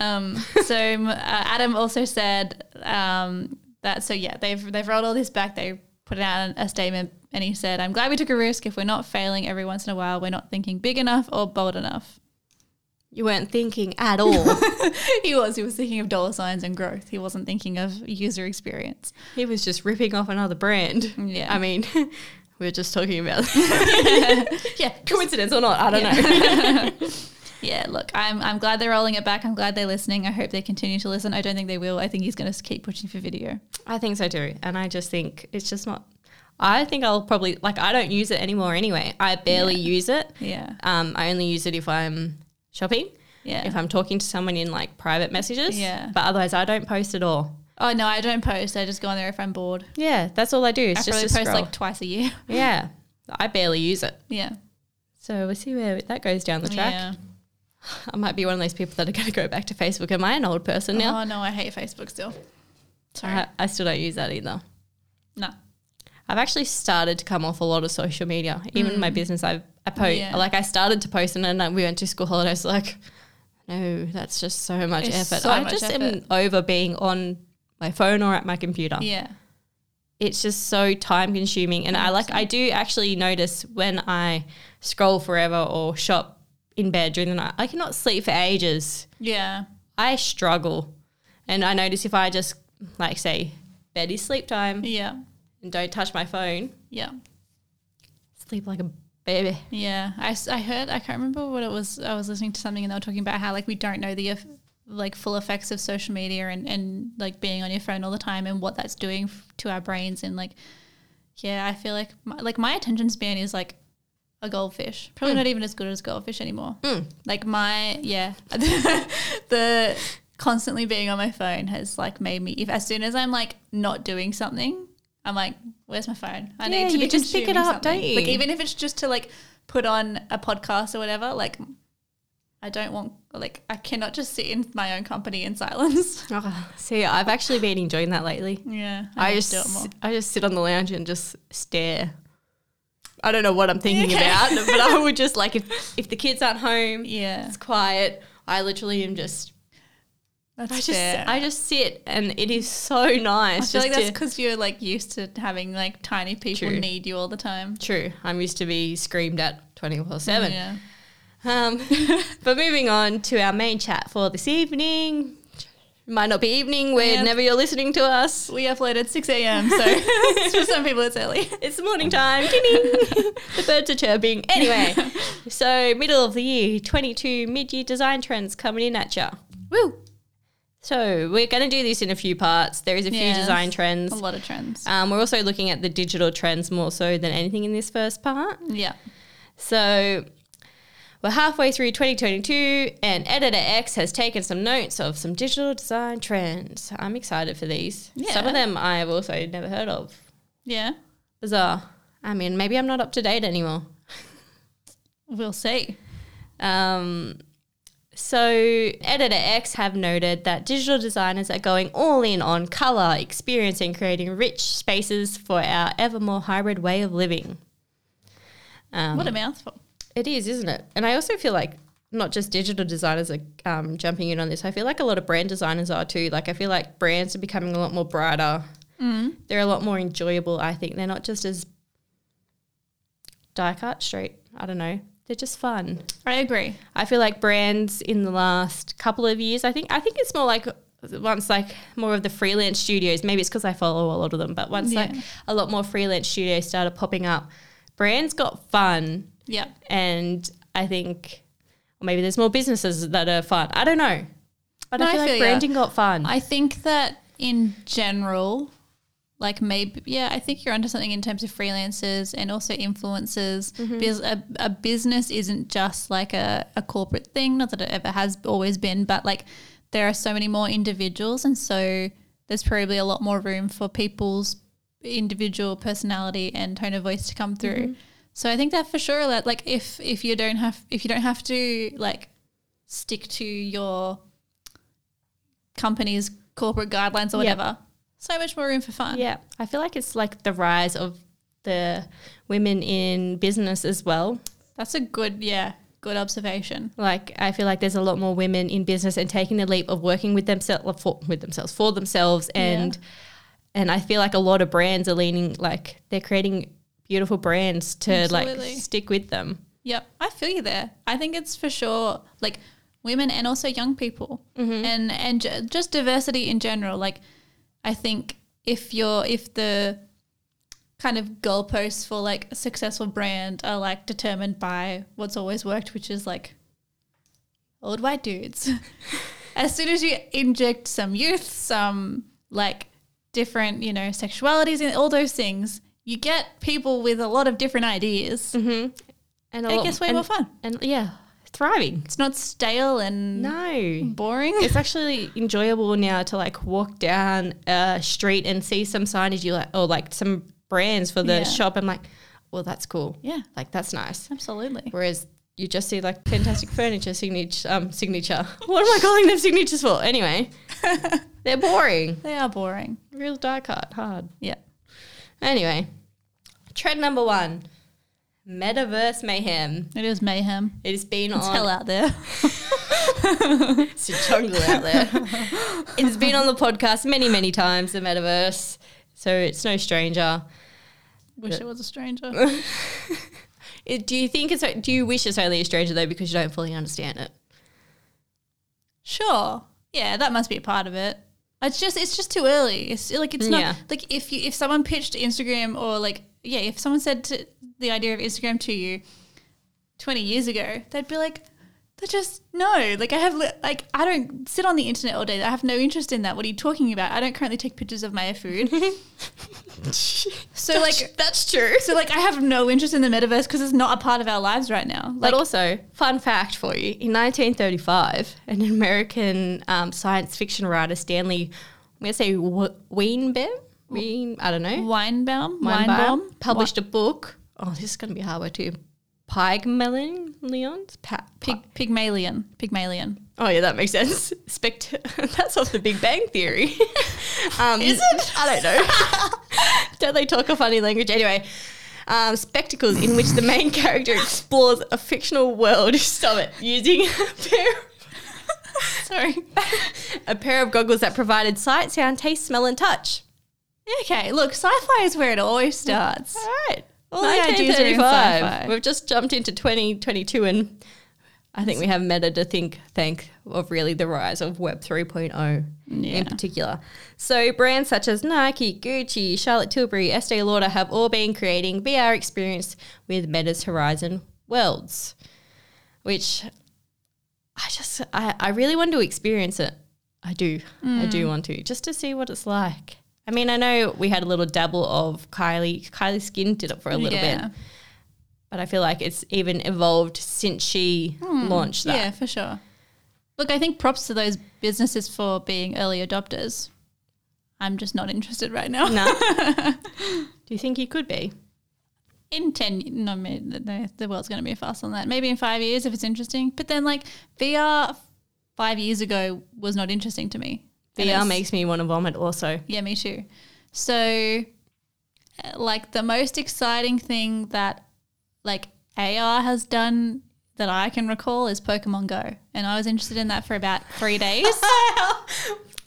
um, so m- uh, Adam also said um, that. So yeah, they've they've rolled all this back. They put out a statement, and he said, "I'm glad we took a risk. If we're not failing every once in a while, we're not thinking big enough or bold enough." <laughs>
you weren't thinking at all.
He was. He was thinking of dollar signs and growth. He wasn't thinking of user experience.
<laughs> he was just ripping off another brand.
Yeah.
I mean, <laughs> we were just talking <laughs> about
Yeah,
coincidence or not. I don't know.
Yeah, look, I'm I'm glad they're rolling it back. I'm glad they're listening. I hope they continue to listen. I don't think they will. I think he's going to keep pushing for video.
<laughs> I think so too. And I just think it's just not. I think I'll probably like. I don't use it anymore anyway. I barely use it.
Yeah,
Um, I only use it if I'm shopping.
yeah.
if I'm talking to someone in like private messages.
Yeah.
But otherwise, I don't post at all.
oh no, I don't post. I just go on there if I'm bored.
Yeah, that's all I do.
I
It's just
probably
to
post
scroll.
like twice a year. <laughs>
yeah, I barely use it.
Yeah,
So we'll see where that goes down the track.
Oh, yeah.
I might be one of those people that are going to go back to Facebook. Am I an old person now?
Oh no, I hate Facebook still. Sorry,
I, I still don't use that either.
no.
I've actually started to come off a lot of social media. Even my business, I've, I post
Mm. Yeah.
like I started to post, and then like, we went to school holidays. <laughs> Like, no, that's just so much
It's
effort.
so
I
much
just
effort.
am over being on my phone or at my computer.
Yeah,
it's just so time consuming and i like i do actually notice when i scroll forever or shop in bed during the night i cannot sleep for ages
yeah,
i struggle and i notice if i just like say bed is sleep time
yeah,
and don't touch my phone
yeah,
sleep like a baby
yeah. I, s- I heard. I can't remember what it was. I was listening to something and they were talking about how like we don't know the eff- like full effects of social media and and like being on your phone all the time and what that's doing f- to our brains and like yeah, I feel like my, like my attention span is like a goldfish.
Hmm.
Probably not even as good as goldfish anymore. Like my yeah, <laughs> the constantly being on my phone has like made me if as soon as I'm like not doing something, I'm like, where's my phone? I
Yeah,
need to be
you just pick it
consuming
up, don't
something. Like
you?
even if it's just to like put on a podcast or whatever, like I don't want like I cannot just sit in my own company in <laughs> silence.
Oh, see, I've actually been enjoying that lately.
yeah,
I
need
just,
to do it more.
I just sit on the lounge and just stare. I don't know what I'm thinking
Okay.
about,
<laughs>
but I would just like if if the kids aren't home,
Yeah,
it's quiet. I literally am just
that's
I just
fair.
I just sit and it is so nice.
I feel
just
like that's
to-
because you're like used to having like tiny people
True.
need you all the time.
true. I'm used to be screamed at 24 seven.
Yeah.
<laughs> Um, but moving on to our main chat for this evening. Might not be evening
Yeah.
whenever you're listening to us.
We upload at 6 a.m.
<laughs>
So for some people it's early.
It's morning <laughs> time. Ding-ding. the birds are chirping. <laughs> Anyway, so middle of the year, 22 mid-year design trends coming in at ya.
Woo!
So we're going to do this in a few parts. There is a
Yes.
few design
A
trends.
lot of trends.
Um, we're also looking at the digital trends more so than anything in this first part.
yeah.
So we're halfway through 2022, and Editor X has taken some notes of some digital design trends. I'm excited for these. Some
Yeah.
of them I've also never heard of.
Yeah.
Bizarre. I mean, maybe I'm not up to date anymore.
We'll see.
Um, so, Editor X have noted that digital designers are going all in on color, experience, and creating rich spaces for our ever more hybrid way of living. Um,
What a mouthful.
It is, isn't it? And I also feel like not just digital designers are um, jumping in on this. I feel like a lot of brand designers are too. Like I feel like brands are becoming a lot more brighter. They're a lot more enjoyable. I think they're not just as die cut straight. I don't know. They're just fun.
I agree.
I feel like brands in the last couple of years. I think I think it's more like once like more of the freelance studios. Maybe it's because I follow a lot of them, but once like
Yeah.
a lot more freelance studios started popping up, brands got fun
Yeah.
and I think or maybe there's more businesses that are fun. I don't know, but
No,
I feel
I
like
feel ya.
branding got fun.
I think that in general, like maybe, yeah, I think you're onto something in terms of freelancers and also influencers. Because a, a business isn't just like a, a corporate thing, not that it ever has always been, but like there are so many more individuals. And so there's probably a lot more room for people's individual personality and tone of voice to come through. So I think that for sure, that like if if you don't have if you don't have to like stick to your companies' corporate guidelines or
Yeah.
whatever. So much more room for fun.
yeah, I feel like it's like the rise of the women in business as well.
That's a good, yeah, good observation.
Like I feel like there's a lot more women in business and taking the leap of working with themselves for with themselves for themselves and and I feel like a lot of brands are leaning like they're creating beautiful brands to
Absolutely.
like stick with them.
Yep, I feel you there. I think it's for sure like women and also young people and and ju- just diversity in general. Like I think if you're if the kind of goalposts for like a successful brand are like determined by what's always worked, which is like old white dudes. <laughs> as soon as you inject some youth, some like different, you know, sexualities and all those things, you get people with a lot of different ideas.
And a
It
lot-
gets way
and-
more fun.
And yeah, thriving.
It's not stale and
No.
boring.
it's actually enjoyable now to like walk down a street and see some signage you like or like some brands for the
Yeah.
shop. I'm like, well, that's cool.
<laughs> yeah,
Like that's nice.
absolutely.
Whereas you just see like fantastic furniture signature.
<laughs>
Um, signature. What am I calling them signatures for? Anyway, they're boring.
They are boring.
Real die cut hard.
Yeah.
Anyway, trend number one: metaverse mayhem.
It is mayhem.
It has been
It's
on
hell out there.
It's a jungle out there. it's been on the podcast many, many times, the metaverse. So it's no stranger.
<laughs> Wish it was a stranger.
It- do you think it's, do you wish it's only a stranger though because you don't fully understand it?
sure. Yeah, that must be a part of it. It's just it's just too early. It's like it's not
Yeah.
like if you if someone pitched Instagram or like yeah, if someone said to, the idea of Instagram to you 20 years ago, they'd be like they just no. Like I have li- like I don't sit on the internet all day. I have no interest in that. What are you talking about? I don't currently take pictures of my
<laughs>
food. so like
That's true.
So like I have no interest in the metaverse because it's not a part of our lives right now. Like
but also, fun fact for you in 1935, an American um, science fiction writer, Stanley, I'm going to say Wa- Weinbaum? Wein, I don't know.
Weinbaum,
Weinbaum
Weinbaum,
published a book. Oh, this is going to be a hard word to Pygmalion? Leon's? Pa-
Pig, Pygmalion. Pygmalion.
Oh yeah, that makes sense. <laughs> Spect- that's off the Big Bang Theory. <laughs> um,
Is it?
I don't know. <laughs> don't they talk a funny language anyway? Um, spectacles in which the main character explores a fictional world. <laughs> Stop it. Using a pair. <laughs> Sorry, <laughs> a pair of goggles that provided sight, sound, taste, smell, and touch.
Okay, look, sci-fi is where it <laughs> always starts.
All right. All
the ideas are in sci-fi.
We've just jumped into 2022 and I think we have Meta to think thank of really the rise of Web 3.0
Yeah.
in particular. So brands such as Nike, Gucci, Charlotte Tilbury, Estee Lauder have all been creating VR experience with Meta's Horizon Worlds, which I just I, I really want to experience it. I do. I do want to just to see what it's like. I mean, I know we had a little dabble of Kylie. Kylie Skin did it for a little
yeah.
bit, but I feel like it's even evolved since she launched that.
Yeah, for sure. Look, I think props to those businesses for being early adopters. I'm just not interested right now.
No. do you think he could be?
in 10 no ma- the, the world's going to be fast on that maybe in five years if it's interesting but then like vr five years ago was not interesting to me And
VR
it's-
makes me want to vomit. Also,
yeah me too so uh, like the most exciting thing that like ar has done that i can recall is pokemon go and i was interested in that for about three days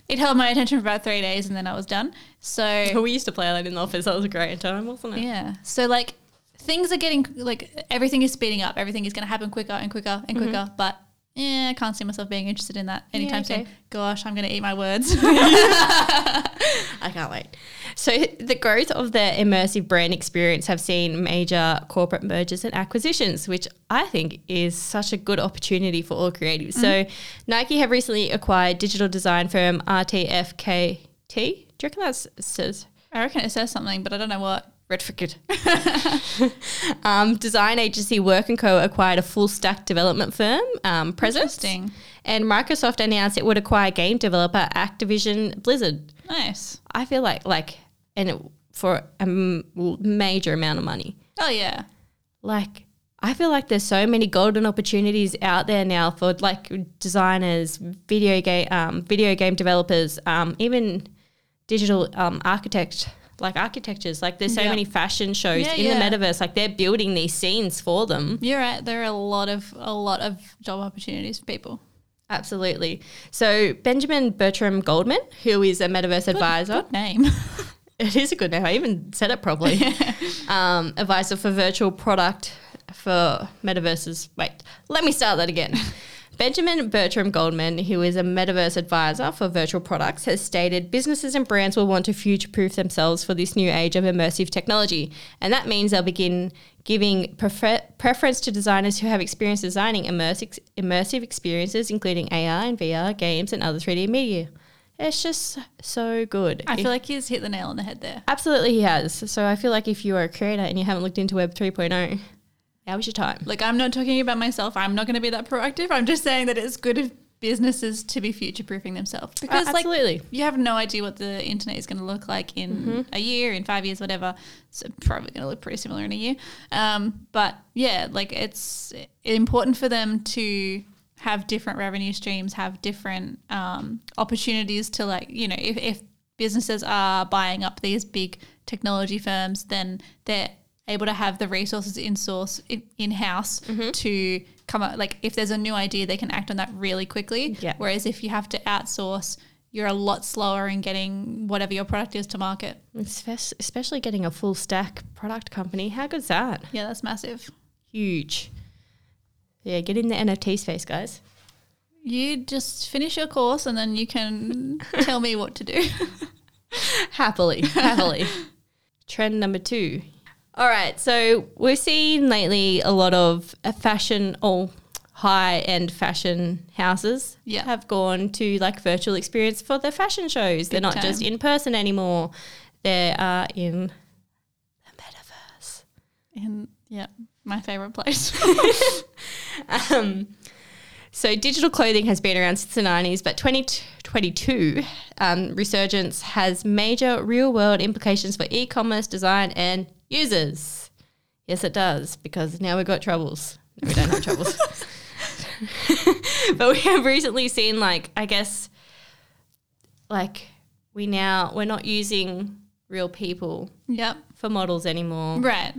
it held my attention for about three days and then i was done so
we used to play that in the office. That was a great time, wasn't it?
yeah. So like things are getting like everything is speeding up. Everything is going to happen quicker and quicker and quicker. But yeah, I can't see myself being interested in that anytime
okay.
soon. Gosh, I'm going to eat my words.
I can't wait. So the growth of the immersive brand experience have seen major corporate mergers and acquisitions, which I think is such a good opportunity for all creatives. So Nike have recently acquired digital design firm RTFKT. Do you reckon that says
I reckon it says something, but I don't know what.
Redford. um, design agency Work & Co. acquired a full stack development firm, um, Presence.
Interesting.
And Microsoft announced it would acquire game developer Activision Blizzard.
Nice.
I feel like like and it, for a m- major amount of money.
Oh yeah.
Like I feel like there's so many golden opportunities out there now for like designers, video game um, video game developers, um, even digital um, architect like architectures. Like there's so
Yeah.
many fashion shows
Yeah,
in
yeah.
the metaverse. Like they're building these scenes for them.
You're right. There are a lot of a lot of job opportunities for people.
Absolutely. So Benjamin Bertram Goldman, who is a metaverse advisor,
Good name. <laughs>
It is a good name. I even said it properly. um, advisor for virtual product for metaverses. Wait, let me start that again. Benjamin Bertram Goldman, who is a metaverse advisor for virtual products, has stated businesses and brands will want to future proof themselves for this new age of immersive technology. And that means they'll begin giving prefer- preference to designers who have experience designing immersive, immersive experiences, including AR and VR games and other 3D media. It's just so good.
I
If-
feel like he's hit the nail on the head there.
Absolutely, he has. So I feel like if you are a creator and you haven't looked into Web 3.0, now is your time. Uh,
Look, I'm not talking about myself. I'm not going to be that proactive. I'm just saying that it's good of businesses to be future proofing themselves because like
absolutely.
you have no idea what the internet is going to look like in a year, in five years, whatever. It's probably going to look pretty similar in a year. Um, but yeah, like it's important for them to have different revenue streams, have different um, opportunities to like, you know, if, if businesses are buying up these big technology firms, then they're able to have the resources in source in house to come up like if there's a new idea they can act on that really quickly
Yeah.
whereas if you have to outsource you're a lot slower in getting whatever your product is to market.
Espe- Especially getting a full stack product company. How good's that?
Yeah, that's massive.
Huge. Yeah, get in the NFT space, guys.
You just finish your course and then you <laughs> can tell me what to do.
<laughs> happily, happily. Trend number two. All right, so we're seeing lately a lot of uh, fashion or high end fashion houses
Yeah.
have gone to like virtual experience for their fashion shows. They're
Big
not just
time.
in person anymore. They are in the metaverse.
And yeah, my favorite place.
Um, so digital clothing has been around since the 90s, but 2022 um, resurgence has major real world implications for e commerce, design, and users. Yes, it does, because now we've got troubles. No, we don't have troubles. <laughs> but we have recently seen, like, I guess, like, we now, we're not using real people
<laughs> Yep.
for models anymore.
Right.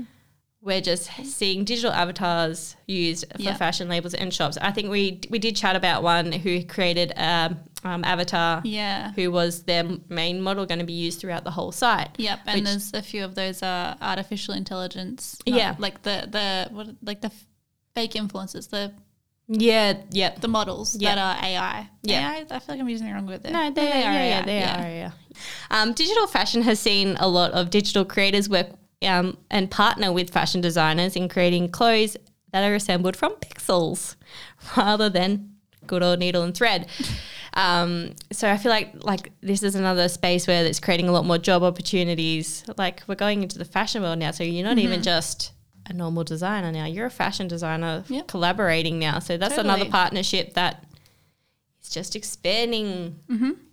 We're just seeing digital avatars used for
Yeah.
fashion labels and shops. I think we we did chat about one who created a um, avatar
Yeah.
who was their main model going to be used throughout the whole site.
Yep. And
Which-
there's a few of those uh, artificial intelligence. not-
Yeah.
Like the the what like the f- fake influencers, the
Yeah, yep.
the models
Yeah.
that are AI.
Yeah.
AI. I feel like I'm using the wrong word there.
No, they, are. Yeah, they are. Yeah. Um, digital fashion has seen a lot of digital creators work um, and partner with fashion designers in creating clothes that are assembled from pixels <laughs> rather than good old needle and thread. Um, so I feel like like this is another space where it's creating a lot more job opportunities. Like we're going into the fashion world now, so you're not even just a normal designer now. You're a fashion designer
Yeah.
collaborating now. So that's another
Totally.
partnership that it's just expanding.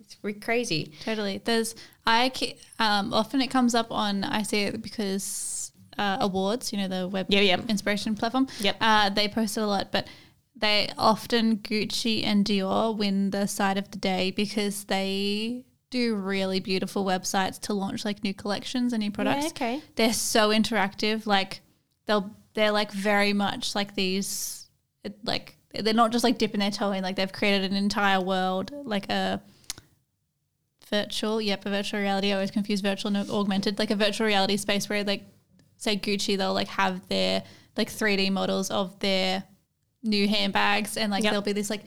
It's re- crazy.
Totally. There's I ke- um, often it comes up on I see it because uh, awards, you know, the web
Yeah, yeah.
inspiration platform.
Yep.
Uh, they post it a lot, but they often Gucci and Dior win the side of the day because they do really beautiful websites to launch like new collections and new products.
okay.
They're so interactive. Like they'll they're like very much like these it, like they're not just like dipping their toe in. Like they've created an entire world, like a virtual. Yep, a virtual reality. I always confuse virtual and augmented. Like a virtual reality space where like say Gucci, they'll like have their like 3D models of their new handbags and like
Yep.
there'll be this like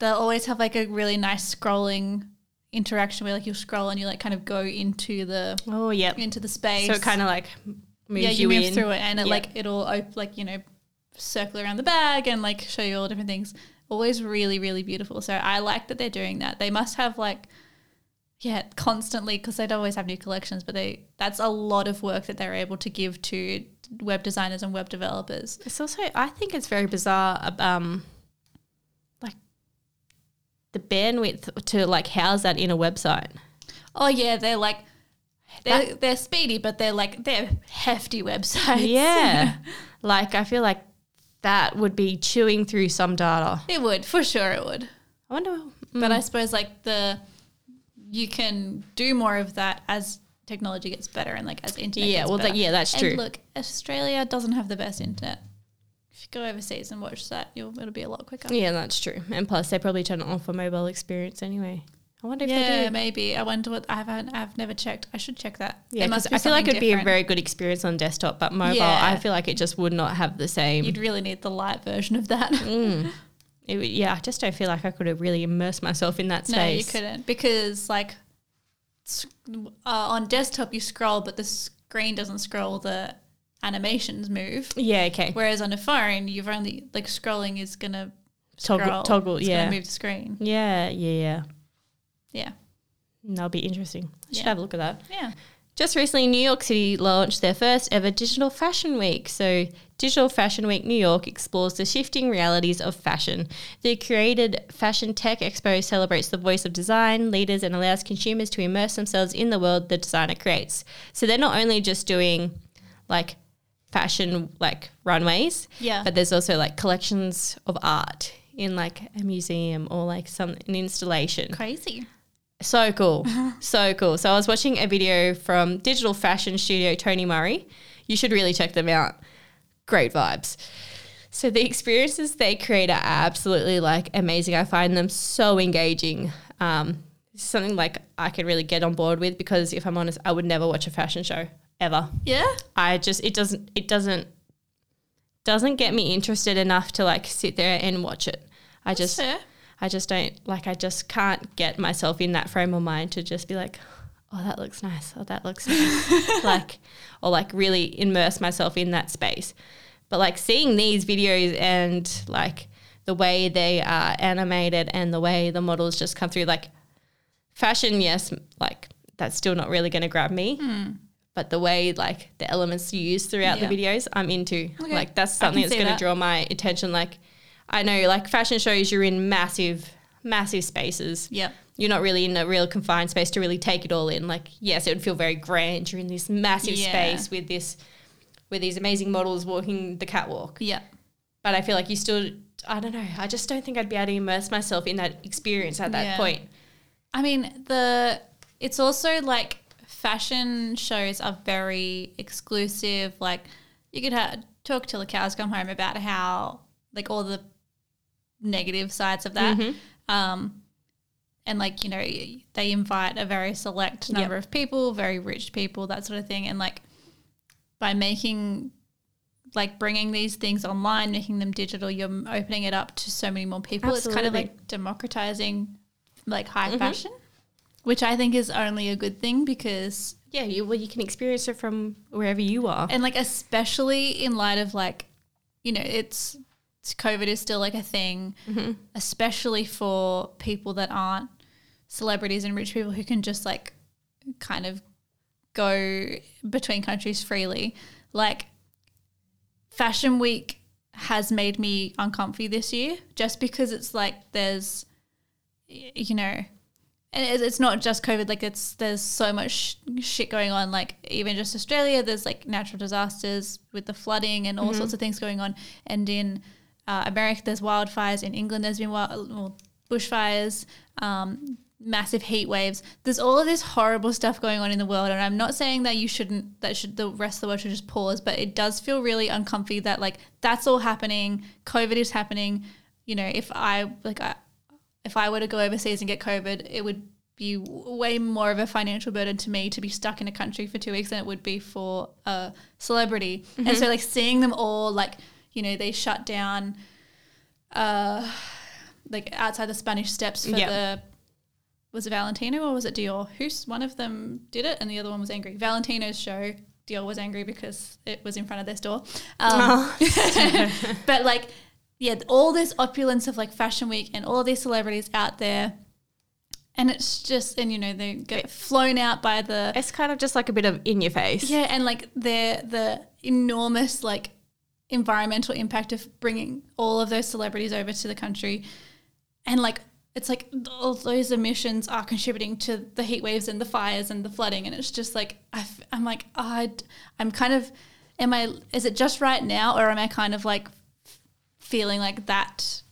they'll always have like a really nice scrolling interaction where like you'll scroll and you like kind of go into the
Oh, yeah.
into the space.
So it kind of like moves
yeah, you,
you,
move
in.
through it and it
Yep.
like it'll op- like you know circle around the bag and like show you all different things. Always really really beautiful. So I like that they're doing that. They must have like yeah constantly because they'd always have new collections, but they that's a lot of work that they're able to give to web designers and web developers.
It's also, I think it's very bizarre. ab- Um, like the bandwidth to like house that in a website.
Oh yeah, they're like. They're, they're speedy, but they're like they're hefty websites.
Yeah. <laughs> like I feel like that would be chewing through some data.
it would for sure. It would.
I wonder.
But
Mm.
I suppose like the you can do more of that as technology gets better and like as internet.
Yeah,
gets
well, that-
better.
yeah, that's
And
true.
Look, Australia doesn't have the best internet. If you go overseas and watch that, you'll it'll be a lot quicker. Yeah,
Yeah, that's true. And plus, they probably turn it on for mobile experience anyway. I wonder if they do.
maybe. I wonder what I haven't. I've never checked. I should check that.
Yeah,
It must
because
be
I feel like
something
it'd be a
different.
very good experience on desktop, but mobile,
Yeah.
I feel like it just would not have the same.
You'd really need the light version of
<laughs>
that. <laughs>
it would- yeah, I just don't feel like I could have really immersed myself in that
No, you
space.
couldn't because like s- uh, on desktop you scroll, but the screen doesn't scroll. The animations move.
Yeah, okay.
Whereas on a phone, you've only like scrolling is gonna
Toggle-
scroll,
toggle,
it's
yeah.
gonna move the screen.
Yeah, yeah, yeah.
Yeah,
That'll be interesting. I should
Yeah.
have a look at that.
yeah,
Just recently, New York City launched their first ever Digital Fashion Week. So, Digital Fashion Week New York explores the shifting realities of fashion. The created Fashion Tech Expo celebrates the voice of design leaders and allows consumers to immerse themselves in the world the designer creates. So, they're not only just doing like fashion, like runways,
yeah.
but there's also like collections of art in like a museum or like some an installation.
crazy.
So cool. so cool. So I was watching a video from digital fashion studio Tony Murray. You should really check them out. Great vibes. So the experiences they create are absolutely like amazing. I find them so engaging. Um, it's something like I can really get on board with because if I'm honest, I would never watch a fashion show ever.
Yeah,
I just it doesn't it doesn't doesn't get me interested enough to like sit there and watch it. I just
fair.
I just don't like I just can't get myself in that frame of mind to just be like, oh that looks nice, oh that looks
<laughs>
nice. like or like really immerse myself in that space. But like seeing these videos and like the way they are animated and the way the models just come through like fashion, yes, like that's still not really going to grab me.
Hmm.
But the way like the elements used throughout the videos, I'm into.
Okay.
Like that's
I can
something that's
see
going to
that.
draw my attention. Like I know, like fashion shows, you're in massive, massive spaces.
Yeah,
You're not really in a real confined space to really take it all in. Like yes, it would feel very grand. You're in this massive
Yeah.
space with this with these amazing models walking the catwalk.
Yeah.
But I feel like you still, I don't know, I just don't think I'd be able to immerse myself in that experience at that
Yeah.
point.
I mean, the it's also like fashion shows are very exclusive. Like you could ha- talk till the cows come home about how like all the negative sides of
Mm-hmm.
that. Um, and like you know, y- they invite a very select number of people, very rich people, that sort of thing. And like by making like bringing these things online, making them digital, you're m- opening it up to so many more people. It's kind of
Absolutely.
like democratizing like high fashion, which I think is only a good thing because
Yeah, you, well, you can experience it from wherever you are.
and like especially in light of like you know it's, it's covid is still like a thing especially for people that aren't celebrities and rich people who can just like kind of go between countries freely like fashion week has made me uncomfy this year just because it's like there's y- you know and it's, it's not just COVID. Like it's there's so much shit going on. Like even just Australia, there's like natural disasters with the flooding and all sorts of things going on. And in uh, America, there's wildfires. In England, there's been wild, well, bushfires, um, massive heat waves. There's all of this horrible stuff going on in the world. And I'm not saying that you shouldn't. That should the rest of the world should just pause. But it does feel really uncomfy that like that's all happening. COVID is happening. You know, if I like I if I were to go overseas and get COVID, it would be w- way more of a financial burden to me to be stuck in a country for two weeks than it would be for a celebrity. And so, like, seeing them all, like, you know, they shut down, uh, like, outside the Spanish steps for
Yep.
the. Was it Valentino or was it Dior? Who's one of them did it and the other one was angry? Valentino's show, Dior was angry because it was in front of their store. Um, <laughs> but like yeah all this opulence of like fashion week and all these celebrities out there and it's just and you know they get flown out by the
<laughs> it's kind of just like a bit of in your face.
yeah and like the the enormous like environmental impact of bringing all of those celebrities over to the country and like it's like all those emissions are contributing to the heat waves and the fires and the flooding and it's just like I f- i'm like oh, I'd, i'm kind of am i is it just right now or am i kind of like feeling like that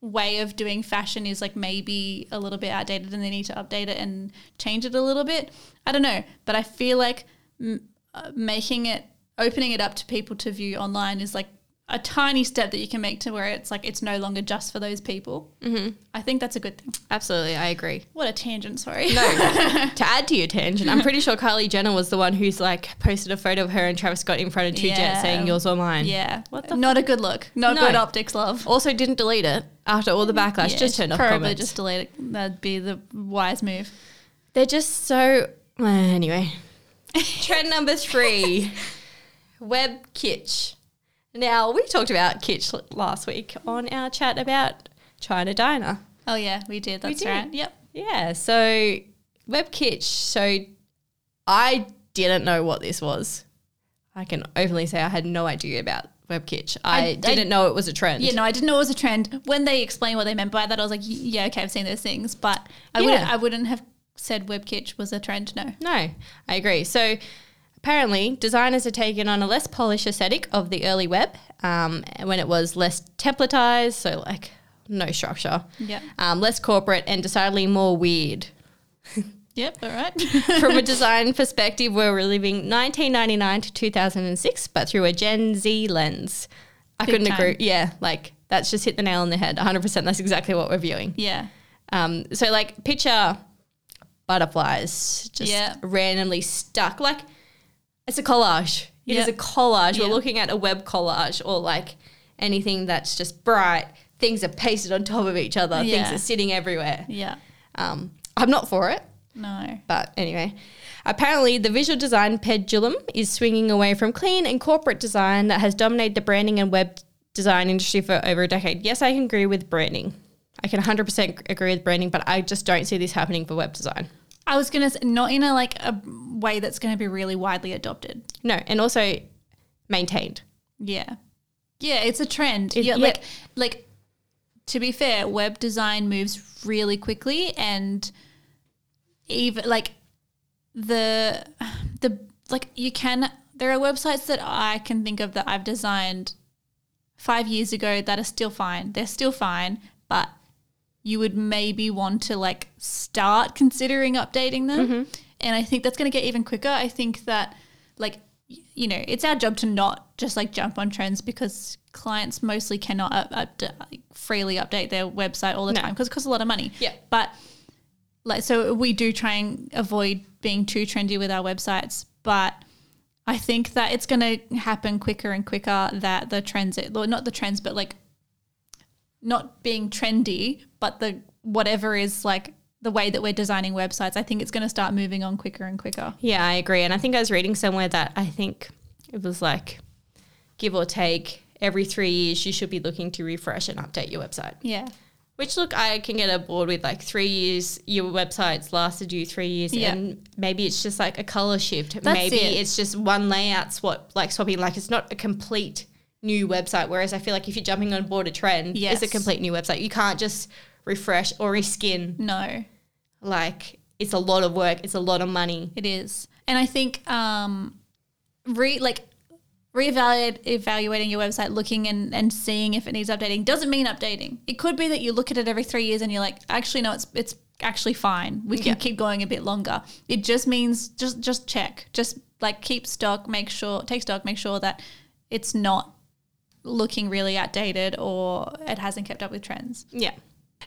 way of doing fashion is like maybe a little bit outdated and they need to update it and change it a little bit. I don't know, but I feel like m- uh, making it opening it up to people to view online is like a tiny step that you can make to where it's like it's no longer just for those people. Mm-hmm. I think that's a good thing.
Absolutely, I agree.
What a tangent, sorry.
No, to add to your tangent, I'm pretty sure Kylie Jenner was the one who's like posted a photo of her and Travis Scott in front of two
Yeah.
jets saying yours or mine.
<laughs> Yeah.
What the
Not a good look. Not
No.
good optics, love.
Also, didn't delete it after all the backlash.
Mm-hmm. Yeah,
just turned off
probably
comments.
just delete it. That'd be the wise move.
They're just so.
<laughs>
well, anyway, trend number three web kitsch. Now, we talked about kitsch l- last week on our chat about China Diner.
Oh yeah, we did. That's
did.
right. Yep.
Yeah, so web kitsch. So I didn't know what this was. I can openly say I had no idea about web kitsch. I,
I- I-
didn't know it was a trend.
Yeah, no, I didn't know it was a trend. When they explained what they meant by that, I was like, yeah, okay, I've seen those things, but I wouldn't,
Yeah.
I wouldn't have said web kitsch was a trend. No,
No, I agree. So apparently, designers are taking on a less polished aesthetic of the early web um, when it was less templatized, so like no structure,
yeah,
um, less corporate, and decidedly more weird.
yep, all right, <laughs>
<laughs> From a design perspective, we're reliving 1999 to 2006, but through a Gen Z lens. I
Big
couldn't
time.
agree. Yeah, like that's just hit the nail on the head. 100%. That's exactly what we're viewing.
yeah,
Um, so like picture butterflies just
Yeah.
randomly stuck. Like it's a collage. It is
Yeah.
a collage.
Yeah.
We're looking at a web collage or like anything that's just bright. Things are pasted on top of each other.
Yeah.
Things are sitting everywhere.
yeah,
Um, I'm not for it,
no,
but anyway. Apparently, the visual design pendulum is swinging away from clean and corporate design that has dominated the branding and web design industry for over a decade. Yes, I can agree with branding. I can 100% agree with branding, but I just don't see this happening for web design.
I was gonna say, not in a like a way that's gonna be really widely adopted.
No, and also maintained.
Yeah, yeah, it's a trend.
It-
yeah,
yeah.
like like to be fair, web design moves really quickly and even like the the like you can There are websites that I can think of that I've designed five years ago that are still fine. They're still fine, but you would maybe want to like start considering updating them. And I think that's going to get even quicker. I think that like y- you know, it's our job to not just like jump on trends because clients mostly cannot up, up, freely update their website all the
No.
time because it costs a lot of money.
Yeah.
But like so we do try and avoid being too trendy with our websites, but I think that it's going to happen quicker and quicker that the trends, or not the trends, but like not being trendy, but the whatever is like the way that we're designing websites, I think it's going to start moving on quicker and quicker.
Yeah, I agree. And I think I was reading somewhere that I think it was like give or take every three years you should be looking to refresh and update your website.
Yeah.
Which look, I can get aboard with like three years. Your website's lasted you three years,
Yeah.
and maybe it's just like a color shift. maybe
it.
it's just one layout swap, like swapping. Like it's not a complete new website. Whereas I feel like if you're jumping on board a trend,
Yes.
it's a complete new website. You can't just refresh or reskin.
No,
Like it's a lot of work. It's a lot of money.
it is. And I think, um, re like, reevaluate evaluating your website looking and, and seeing if it needs updating doesn't mean updating it could be that you look at it every three years and you're like actually no it's it's actually fine we can keep going a bit longer it just means just just check just like keep stock make sure take stock make sure that it's not looking really outdated or it hasn't kept up with trends
Yeah.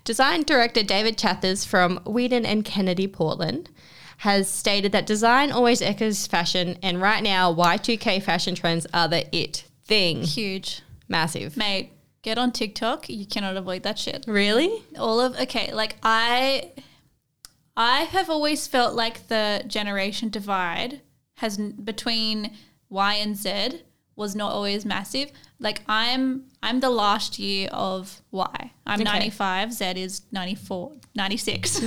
Design director David Chathers from Whedon and Kennedy Portland has stated that design always echoes fashion, and right now, Y2K fashion trends are the it thing.
huge
Massive.
mate get on tiktok you cannot avoid that shit
Really?
all of okay like i i have always felt like the generation divide has n- between y and z was not always massive like i'm i'm the last year of y i'm
Okay.
95 z is 94 <laughs> 96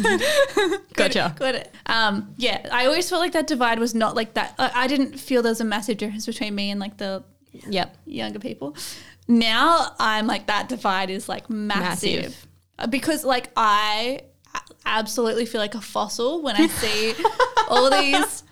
Gotcha.
Good. Um, yeah, I always felt like that divide was not like that. I, I didn't feel there was a massive difference between me and like the
Yep.
younger people. Now I'm like that divide is like massive,
Massive.
Uh, because like I a- absolutely feel like a fossil when I see all these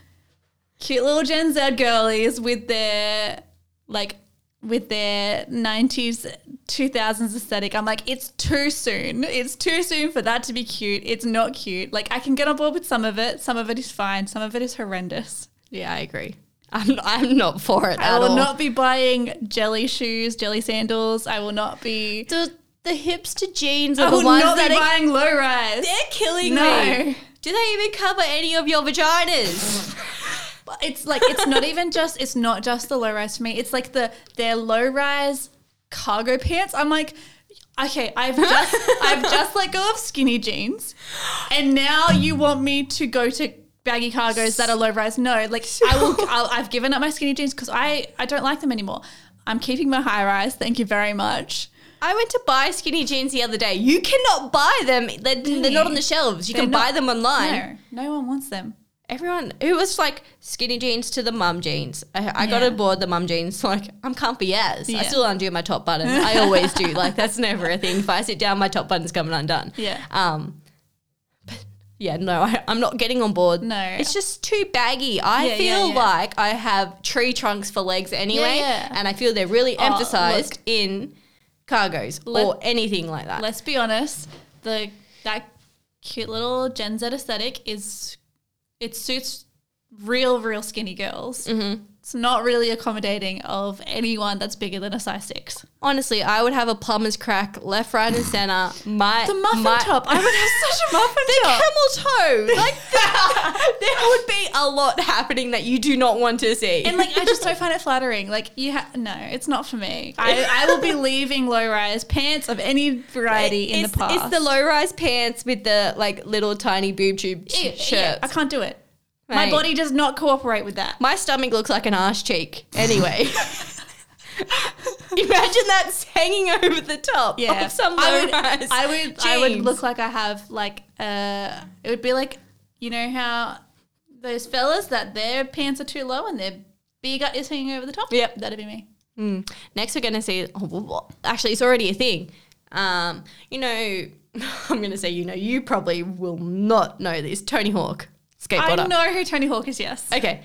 cute little Gen Z girlies with their like with their 90s 2000s aesthetic i'm like it's too soon it's too soon for that to be cute it's not cute like i can get on board with some of it some of it is fine some of it is horrendous
Yeah, I agree. I'm, I'm not for it
I
at
will
all.
not be buying jelly shoes, jelly sandals. I will not be.
the, the hipster jeans
I
are
will
the ones
not be
that are,
buying low rise.
they're killing
No.
me. Do they even cover any of your vaginas?
It's like it's not even just it's not just the low rise for me. It's like the their low rise cargo pants. I'm like, okay, I've just <laughs> I've just let go of skinny jeans, and now you want me to go to baggy cargos that are low rise? No, like I <laughs> will. I'll, I've given up my skinny jeans because I I don't like them anymore. I'm keeping my high rise. Thank you very much.
I went to buy skinny jeans the other day. You cannot buy them. They're, they're not on the shelves. You can
not-
buy them online.
No, no one wants them.
Everyone, it was like skinny jeans to the mum jeans. I, I got
Yeah.
aboard the mum jeans. <laughs> Like, I'm comfy as. I
Yeah.
still undo my top
<laughs>
button. I always do. Like, that's never a thing. If I sit down, my top button's coming undone.
Yeah.
Um, but yeah, no, I, I'm not getting on board.
No.
It's just too baggy. I
Yeah, yeah,
feel
yeah.
like I have tree trunks for legs anyway.
yeah. Oh,
And I feel they're really
look.
emphasized in cargoes or anything like that.
Let's be honest. The that cute little Gen Z aesthetic is it suits real, real skinny girls.
Mm-hmm.
It's not really accommodating of anyone that's bigger than a size six.
Honestly, I would have a plumber's crack left, right, and
<laughs>
center. My
The muffin
my-
top.
<laughs>
I would have such a muffin
the
top.
camel toe. <laughs> Like that, there would be a lot happening that you do not want to see.
And
<laughs>
like, I just don't find it flattering. Like, you ha- no, it's not for me. I, I will be leaving low rise pants of any variety in
it's,
the past.
it's the low rise pants with the like little tiny boob tube
Ew,
sh-
yeah,
shirts.
I can't do it.
Mate.
My body does not cooperate with that.
My stomach looks like an arse cheek. <laughs> Anyway. Imagine that's hanging over the top <laughs>
yeah.
of some low
I would,
rise.
I would, I would
jeans.
look like I have like uh, it would be like you know how those fellas that their pants are too low and their big gut is hanging over the top.
Yep.
that'd be me.
Mm. Next, we're going to see. oh, wha- wha- Actually, it's already a thing. Um, you know, <laughs> I'm going to say, you know, you probably will not know this. Tony Hawk, skateboarder.
I know who Tony Hawk is. Yes,
Okay.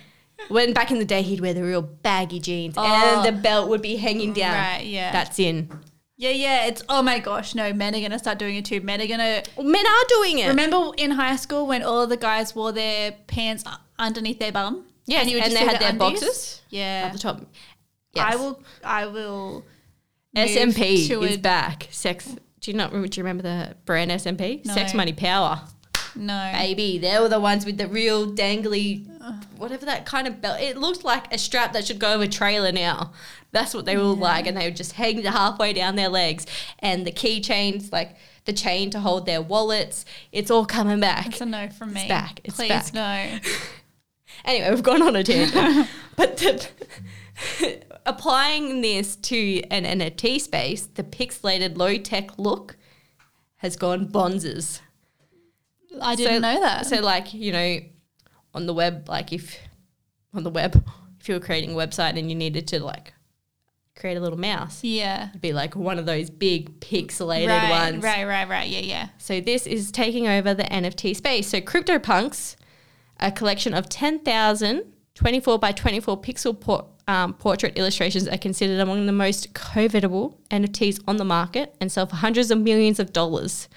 When back in the day, he'd wear the real baggy jeans
Oh.
and the belt would be hanging down.
Right, yeah.
That's in.
yeah, yeah. It's oh my gosh, no, men are gonna start doing it too. Men are gonna
Men are doing it.
remember in high school when all of the guys wore their pants u- underneath their bum.
Yes,
you would
and
just
they
see
had
the
their
undies?
boxes
Yeah,
At the top. Yes.
I will. I will. move
SMP
to
is
a-
back. Sex. Do you not? Do you remember the brand SMP?
No.
Sex, money, power.
No,
Baby, they were the ones with the real dangly, whatever that kind of belt. It looked like a strap that should go over a trailer now. That's what they were like, and they would just hang halfway down their legs. And the keychains, like the chain to hold their wallets, it's all coming back.
it's a no from me.
back, it's
Please
back.
no.
Anyway, we've gone on a tangent. but the, <laughs> applying this to an NFT space, the pixelated low tech look has gone bonzes.
I didn't know that.
So, like, you know, on the web, like if on the web, if you were creating a website and you needed to like create a little mouse,
yeah.
it'd be like one of those big pixelated
Right,
ones.
right, right, right. Yeah, yeah.
So this is taking over the NFT space. So CryptoPunks, a collection of 10,000 24 by 24 pixel por- um, portrait illustrations are considered among the most covetable NFTs on the market and sell for hundreds of millions of dollars.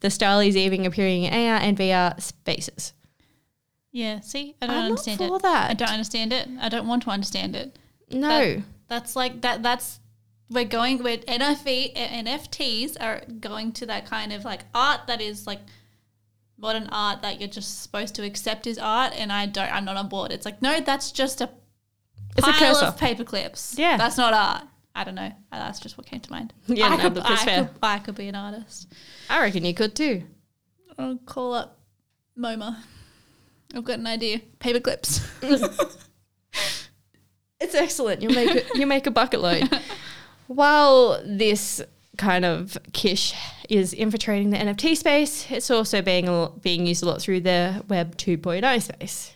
The style is even appearing in AR and VR spaces.
Yeah, see, I don't
I'm not
understand
for
it.
that.
I don't understand it. I don't want to understand it.
No.
That- that's like that. That's we're E, going with NFE, NFTs are going to that kind of like art that is like modern art that you're just supposed to accept is art, and I don't. I'm not on board. It's like no, that's just a
It's a
pile
cursor.
of paper clips.
Yeah.
that's not art. I don't know. That's just what came to mind.
Yeah,
I,
no,
could,
look,
I,
that's fair.
could, I could be an artist.
I reckon you could too.
I'll call up MoMA. I've got an idea. Paper
<laughs>
clips.
It's excellent. You make <laughs> a, you make a bucket load. While this kind of kish is infiltrating the NFT space, it's also being a lot, being used a lot through the Web 2.0 space.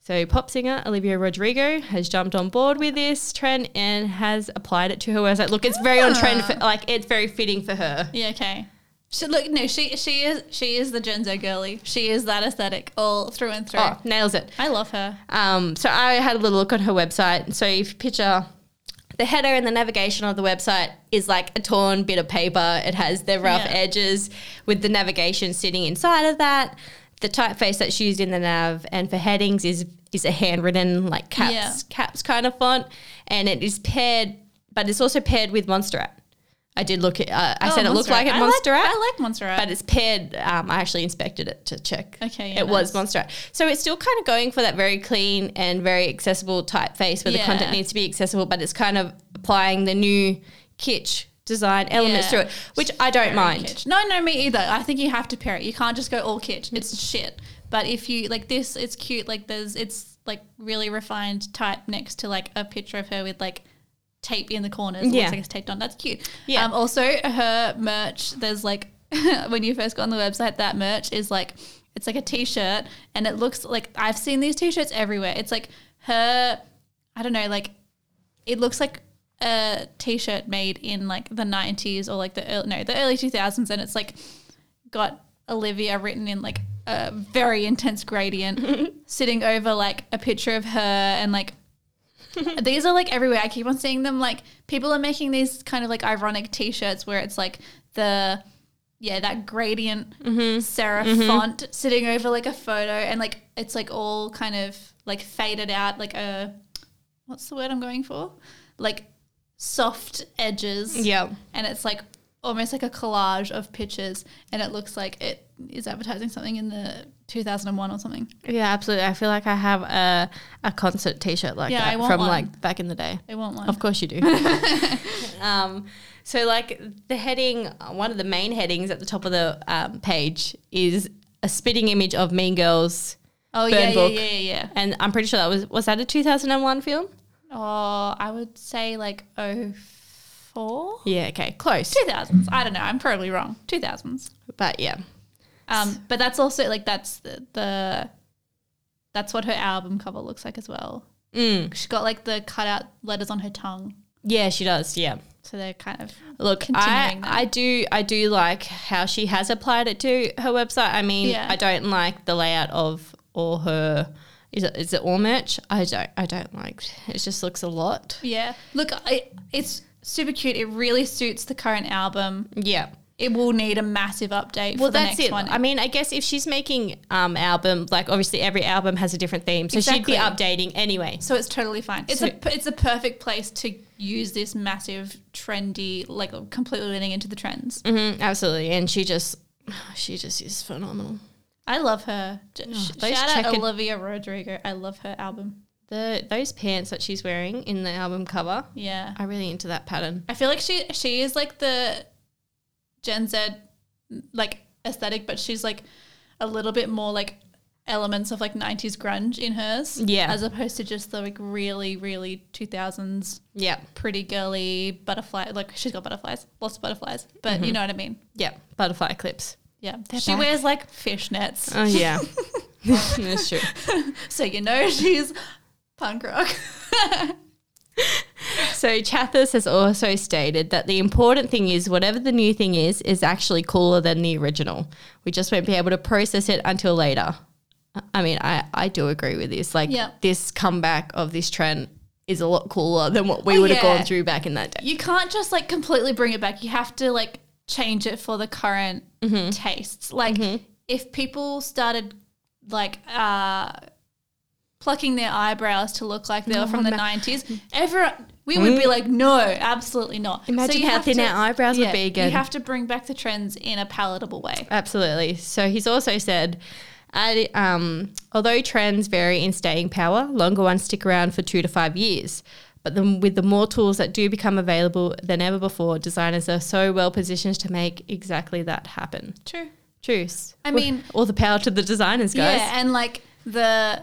So pop singer Olivia Rodrigo has jumped on board with this trend and has applied it to her website. Look, it's very on trend. For, like it's very fitting for her.
Yeah, okay. So look, no, she she is she is the Gen Z girly. She is that aesthetic all through and through.
Oh, nails it.
I love her.
Um, so I had a little look on her website. So if you picture the header and the navigation of the website is like a torn bit of paper. It has the rough
Yeah.
edges with the navigation sitting inside of that. The typeface that's used in the nav and for headings is is a handwritten like caps
Yeah.
caps kind of font, and it is paired, but it's also paired with Monsterat. I did look. At, uh, I
Oh,
said it looked
Montserrat.
like a
I like-
Monsterat
I like Monsterat.
but it's paired. Um, I actually inspected it to check.
Okay, yeah,
it was Monstera. So it's still kind of going for that very clean and very accessible typeface where the
Yeah.
content needs to be accessible, but it's kind of applying the new kitsch design elements
Yeah.
to it, which I don't mind.
Kitsch. No, no, me either. I think you have to pair it. You can't just go all kitsch. It's shit. But if you like this, it's cute. Like there's, it's like really refined type next to like a picture of her with like tape in the corners. It
Yeah.
looks like it's taped on. That's cute.
Yeah.
Um, also, her merch. There's like <laughs> when you first go on the website, that merch is like it's like a t-shirt, and it looks like I've seen these t-shirts everywhere. It's like her. I don't know, like it looks like a t-shirt made in like the 90s or like the early, no the early 2000s and it's like got olivia written in like a very intense
<laughs>
gradient sitting over like a picture of her and like these are like everywhere i keep on seeing them like people are making these kind of like ironic t-shirts where it's like the yeah that gradient
Mm-hmm.
serif font sitting over like a photo and like it's like all kind of like faded out like a what's the word I'm going for? Like soft edges.
Yeah.
And it's like almost like a collage of pictures and it looks like it is advertising something in the 2001 or something.
Yeah, absolutely. I feel like I have a, a concert t shirt like
Yeah, I
that
want
from
one.
like back in the day.
I want one.
Of
<laughs>
course you do. <laughs> um, so, like the heading, one of the main headings at the top of the um, page is a spitting image of Mean Girls.
Oh
Burn
yeah, yeah,
book.
yeah, yeah, yeah.
And I'm pretty sure that was was that a 2001 film?
Oh, I would say like 04
Yeah, okay, close.
2000s. I don't know. I'm probably wrong. 2000s.
But yeah,
Um but that's also like that's the, the that's what her album cover looks like as well.
Mm.
She's got like the cutout letters on her tongue.
yeah, she does. Yeah,
So they're kind of
look, I
Continuing that.
I do I do like how she has applied it to her website. I mean,
Yeah.
I don't like the layout of all her Is it, is it all merch? I don't. I don't like. It just looks a lot.
Yeah. Look, I, it's super cute. It really suits the current album.
Yeah.
It will need a massive update
Well,
for the
that's
next
it.
one.
I mean, I guess if she's making um album, like obviously every album has a different theme, so
Exactly.
she'd be updating anyway.
so it's totally fine. It's a p- it's a perfect place to use this massive trendy like completely leaning into the trends.
Mm-hmm, absolutely, and she just, she just is phenomenal.
I love her. J- sh-
Oh, those
shout out
checkered-
Olivia Rodrigo. I love her album.
The those pants that she's wearing in the album cover,
Yeah.
I'm really into that pattern.
I feel like she she is like the Gen Z like aesthetic, but she's like a little bit more like elements of like nineties grunge in hers.
Yeah.
As opposed to just the like really, really two thousands
Yeah,
pretty girly butterfly like she's got butterflies, lots of butterflies. But
Mm-hmm.
you know what I mean.
yeah, butterfly clips.
Yeah.
They're
she
back.
wears like fishnets.
Oh <laughs> yeah, that's true.
so you know <laughs> she's punk rock.
So Chathis has also stated that the important thing is whatever the new thing is is actually cooler than the original. We just won't be able to process it until later. I mean, I, I do agree with this. Like
Yeah.
this comeback of this trend is a lot cooler than what we
Oh,
would have
yeah.
gone through back in that day.
you can't just like completely bring it back. You have to like change it for the current tastes. Like if people started like uh plucking their eyebrows to look like they were from the nineties, everyone we would be like, no, absolutely not. So
Imagine
you
how
have
thin our eyebrows would be again.
You have to bring back the trends in a palatable way.
Absolutely. So he's also said, "Ad- um, although trends vary in staying power, longer ones stick around for two to five years. But then with the more tools that do become available than ever before, designers are so well positioned to make exactly that happen.
True.
Truce.
I mean-
all the power to the designers, guys.
Yeah, and like the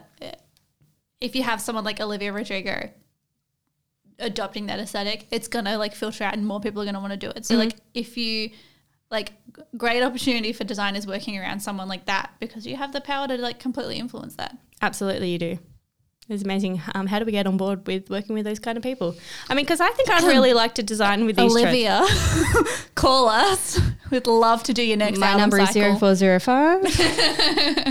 if you have someone like Olivia Rodrigo adopting that aesthetic, it's gonna like filter out, and more people are gonna want to do
Mm-hmm.
it. So like if you like g- great opportunity for designers working around someone like that because you have the power to like completely influence that.
Absolutely, you do. It's amazing. Um, how do we get on board with working with those kind of people? I mean, because I
<clears throat>
think I'd really like to design with these trends.
Olivia, <laughs> call us. We'd love to do your next
My
album
number is
cycle.
zero four zero five. <laughs>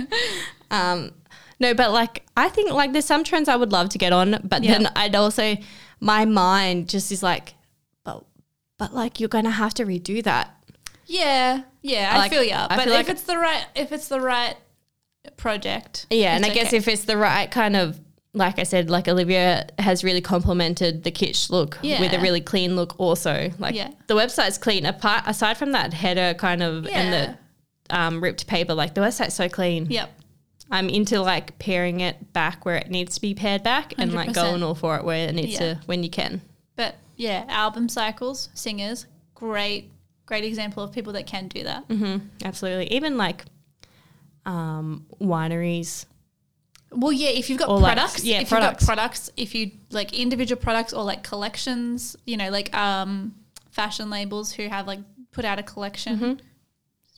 um, no, but like I think like there's some trends I would love to get on, but
Yeah.
then I'd also my mind just is like, but but like you're gonna have to redo that.
Yeah, yeah, I
Like,
feel you.
I
But
feel
if
like-
it's the right, if it's the right project,
Yeah, and
it's
I guess
okay.
if it's the right kind of like I said, like Olivia has really complemented the kitsch look with
Yeah.
a really clean look. Also, like
Yeah.
the website's clean. Apart aside from that header kind of
Yeah.
and the um, ripped paper, like the website's so clean.
yep.
I'm into like pairing it back where it needs to be paired back and like
100%.
going all for it where it needs
Yeah.
to when you can.
But yeah, album cycles, singers, great, great example of people that can do that.
Absolutely. Even like um, wineries.
Well, yeah, if you've got
Or, like,
products,
yeah,
if
products.
you've got products, if you like individual products or like collections, you know, like um, fashion labels who have like put out a collection,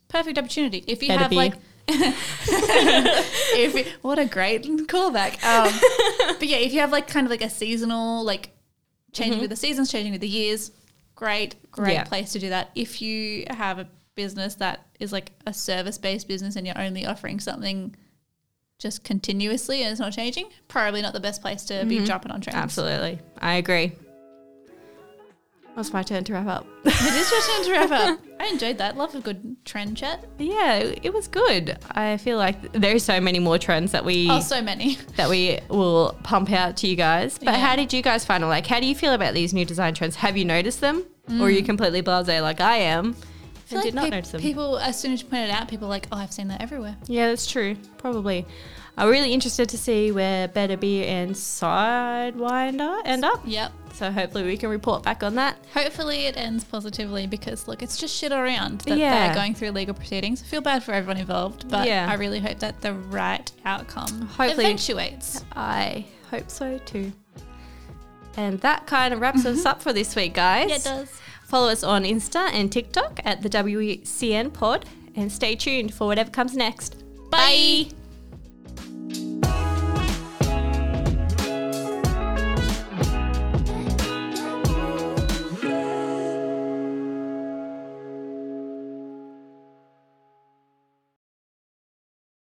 perfect opportunity. If you
Mm-hmm. Better
have
be.
like, <laughs> if you- what a great callback. Um, but yeah, if you have like kind of like a seasonal, like changing with the seasons, changing with the years, great, great
Mm-hmm. Yeah.
place to do that. If you have a business that is like a service based business and you're only offering something just continuously and it's not changing, probably not the best place to
Mm-hmm.
be dropping on trends.
Absolutely. I agree. It's my turn to wrap up. <laughs>
It is your turn to wrap up. I enjoyed that. Love a good trend chat.
yeah, it was good. I feel like there's so many more trends that we
Oh, so many.
that we will pump out to you guys. But
Yeah.
how did you guys find it? Like, how do you feel about these new design trends? Have you noticed them, or are you completely blasé like I am?
I
I
<laughs> feel
did
like
not
pe-
notice them.
People, as soon as you point it out, people are like, oh, I've seen that everywhere.
Yeah, that's true. Probably. I'm really interested to see where Better Beer and Sidewinder end up.
Yep.
So hopefully we can report back on that.
Hopefully it ends positively because look, it's just shit around that
Yeah.
they're going through legal proceedings. I feel bad for everyone involved, but
Yeah.
I really hope that the right outcome
Hopefully-
eventuates.
I hope so too. And that kind of wraps us up for this week,
Mm-hmm.
guys.
Yeah, it does.
Follow us on Insta and E TikTok at the WCN Pod and stay tuned for whatever comes next.
Bye.
Bye.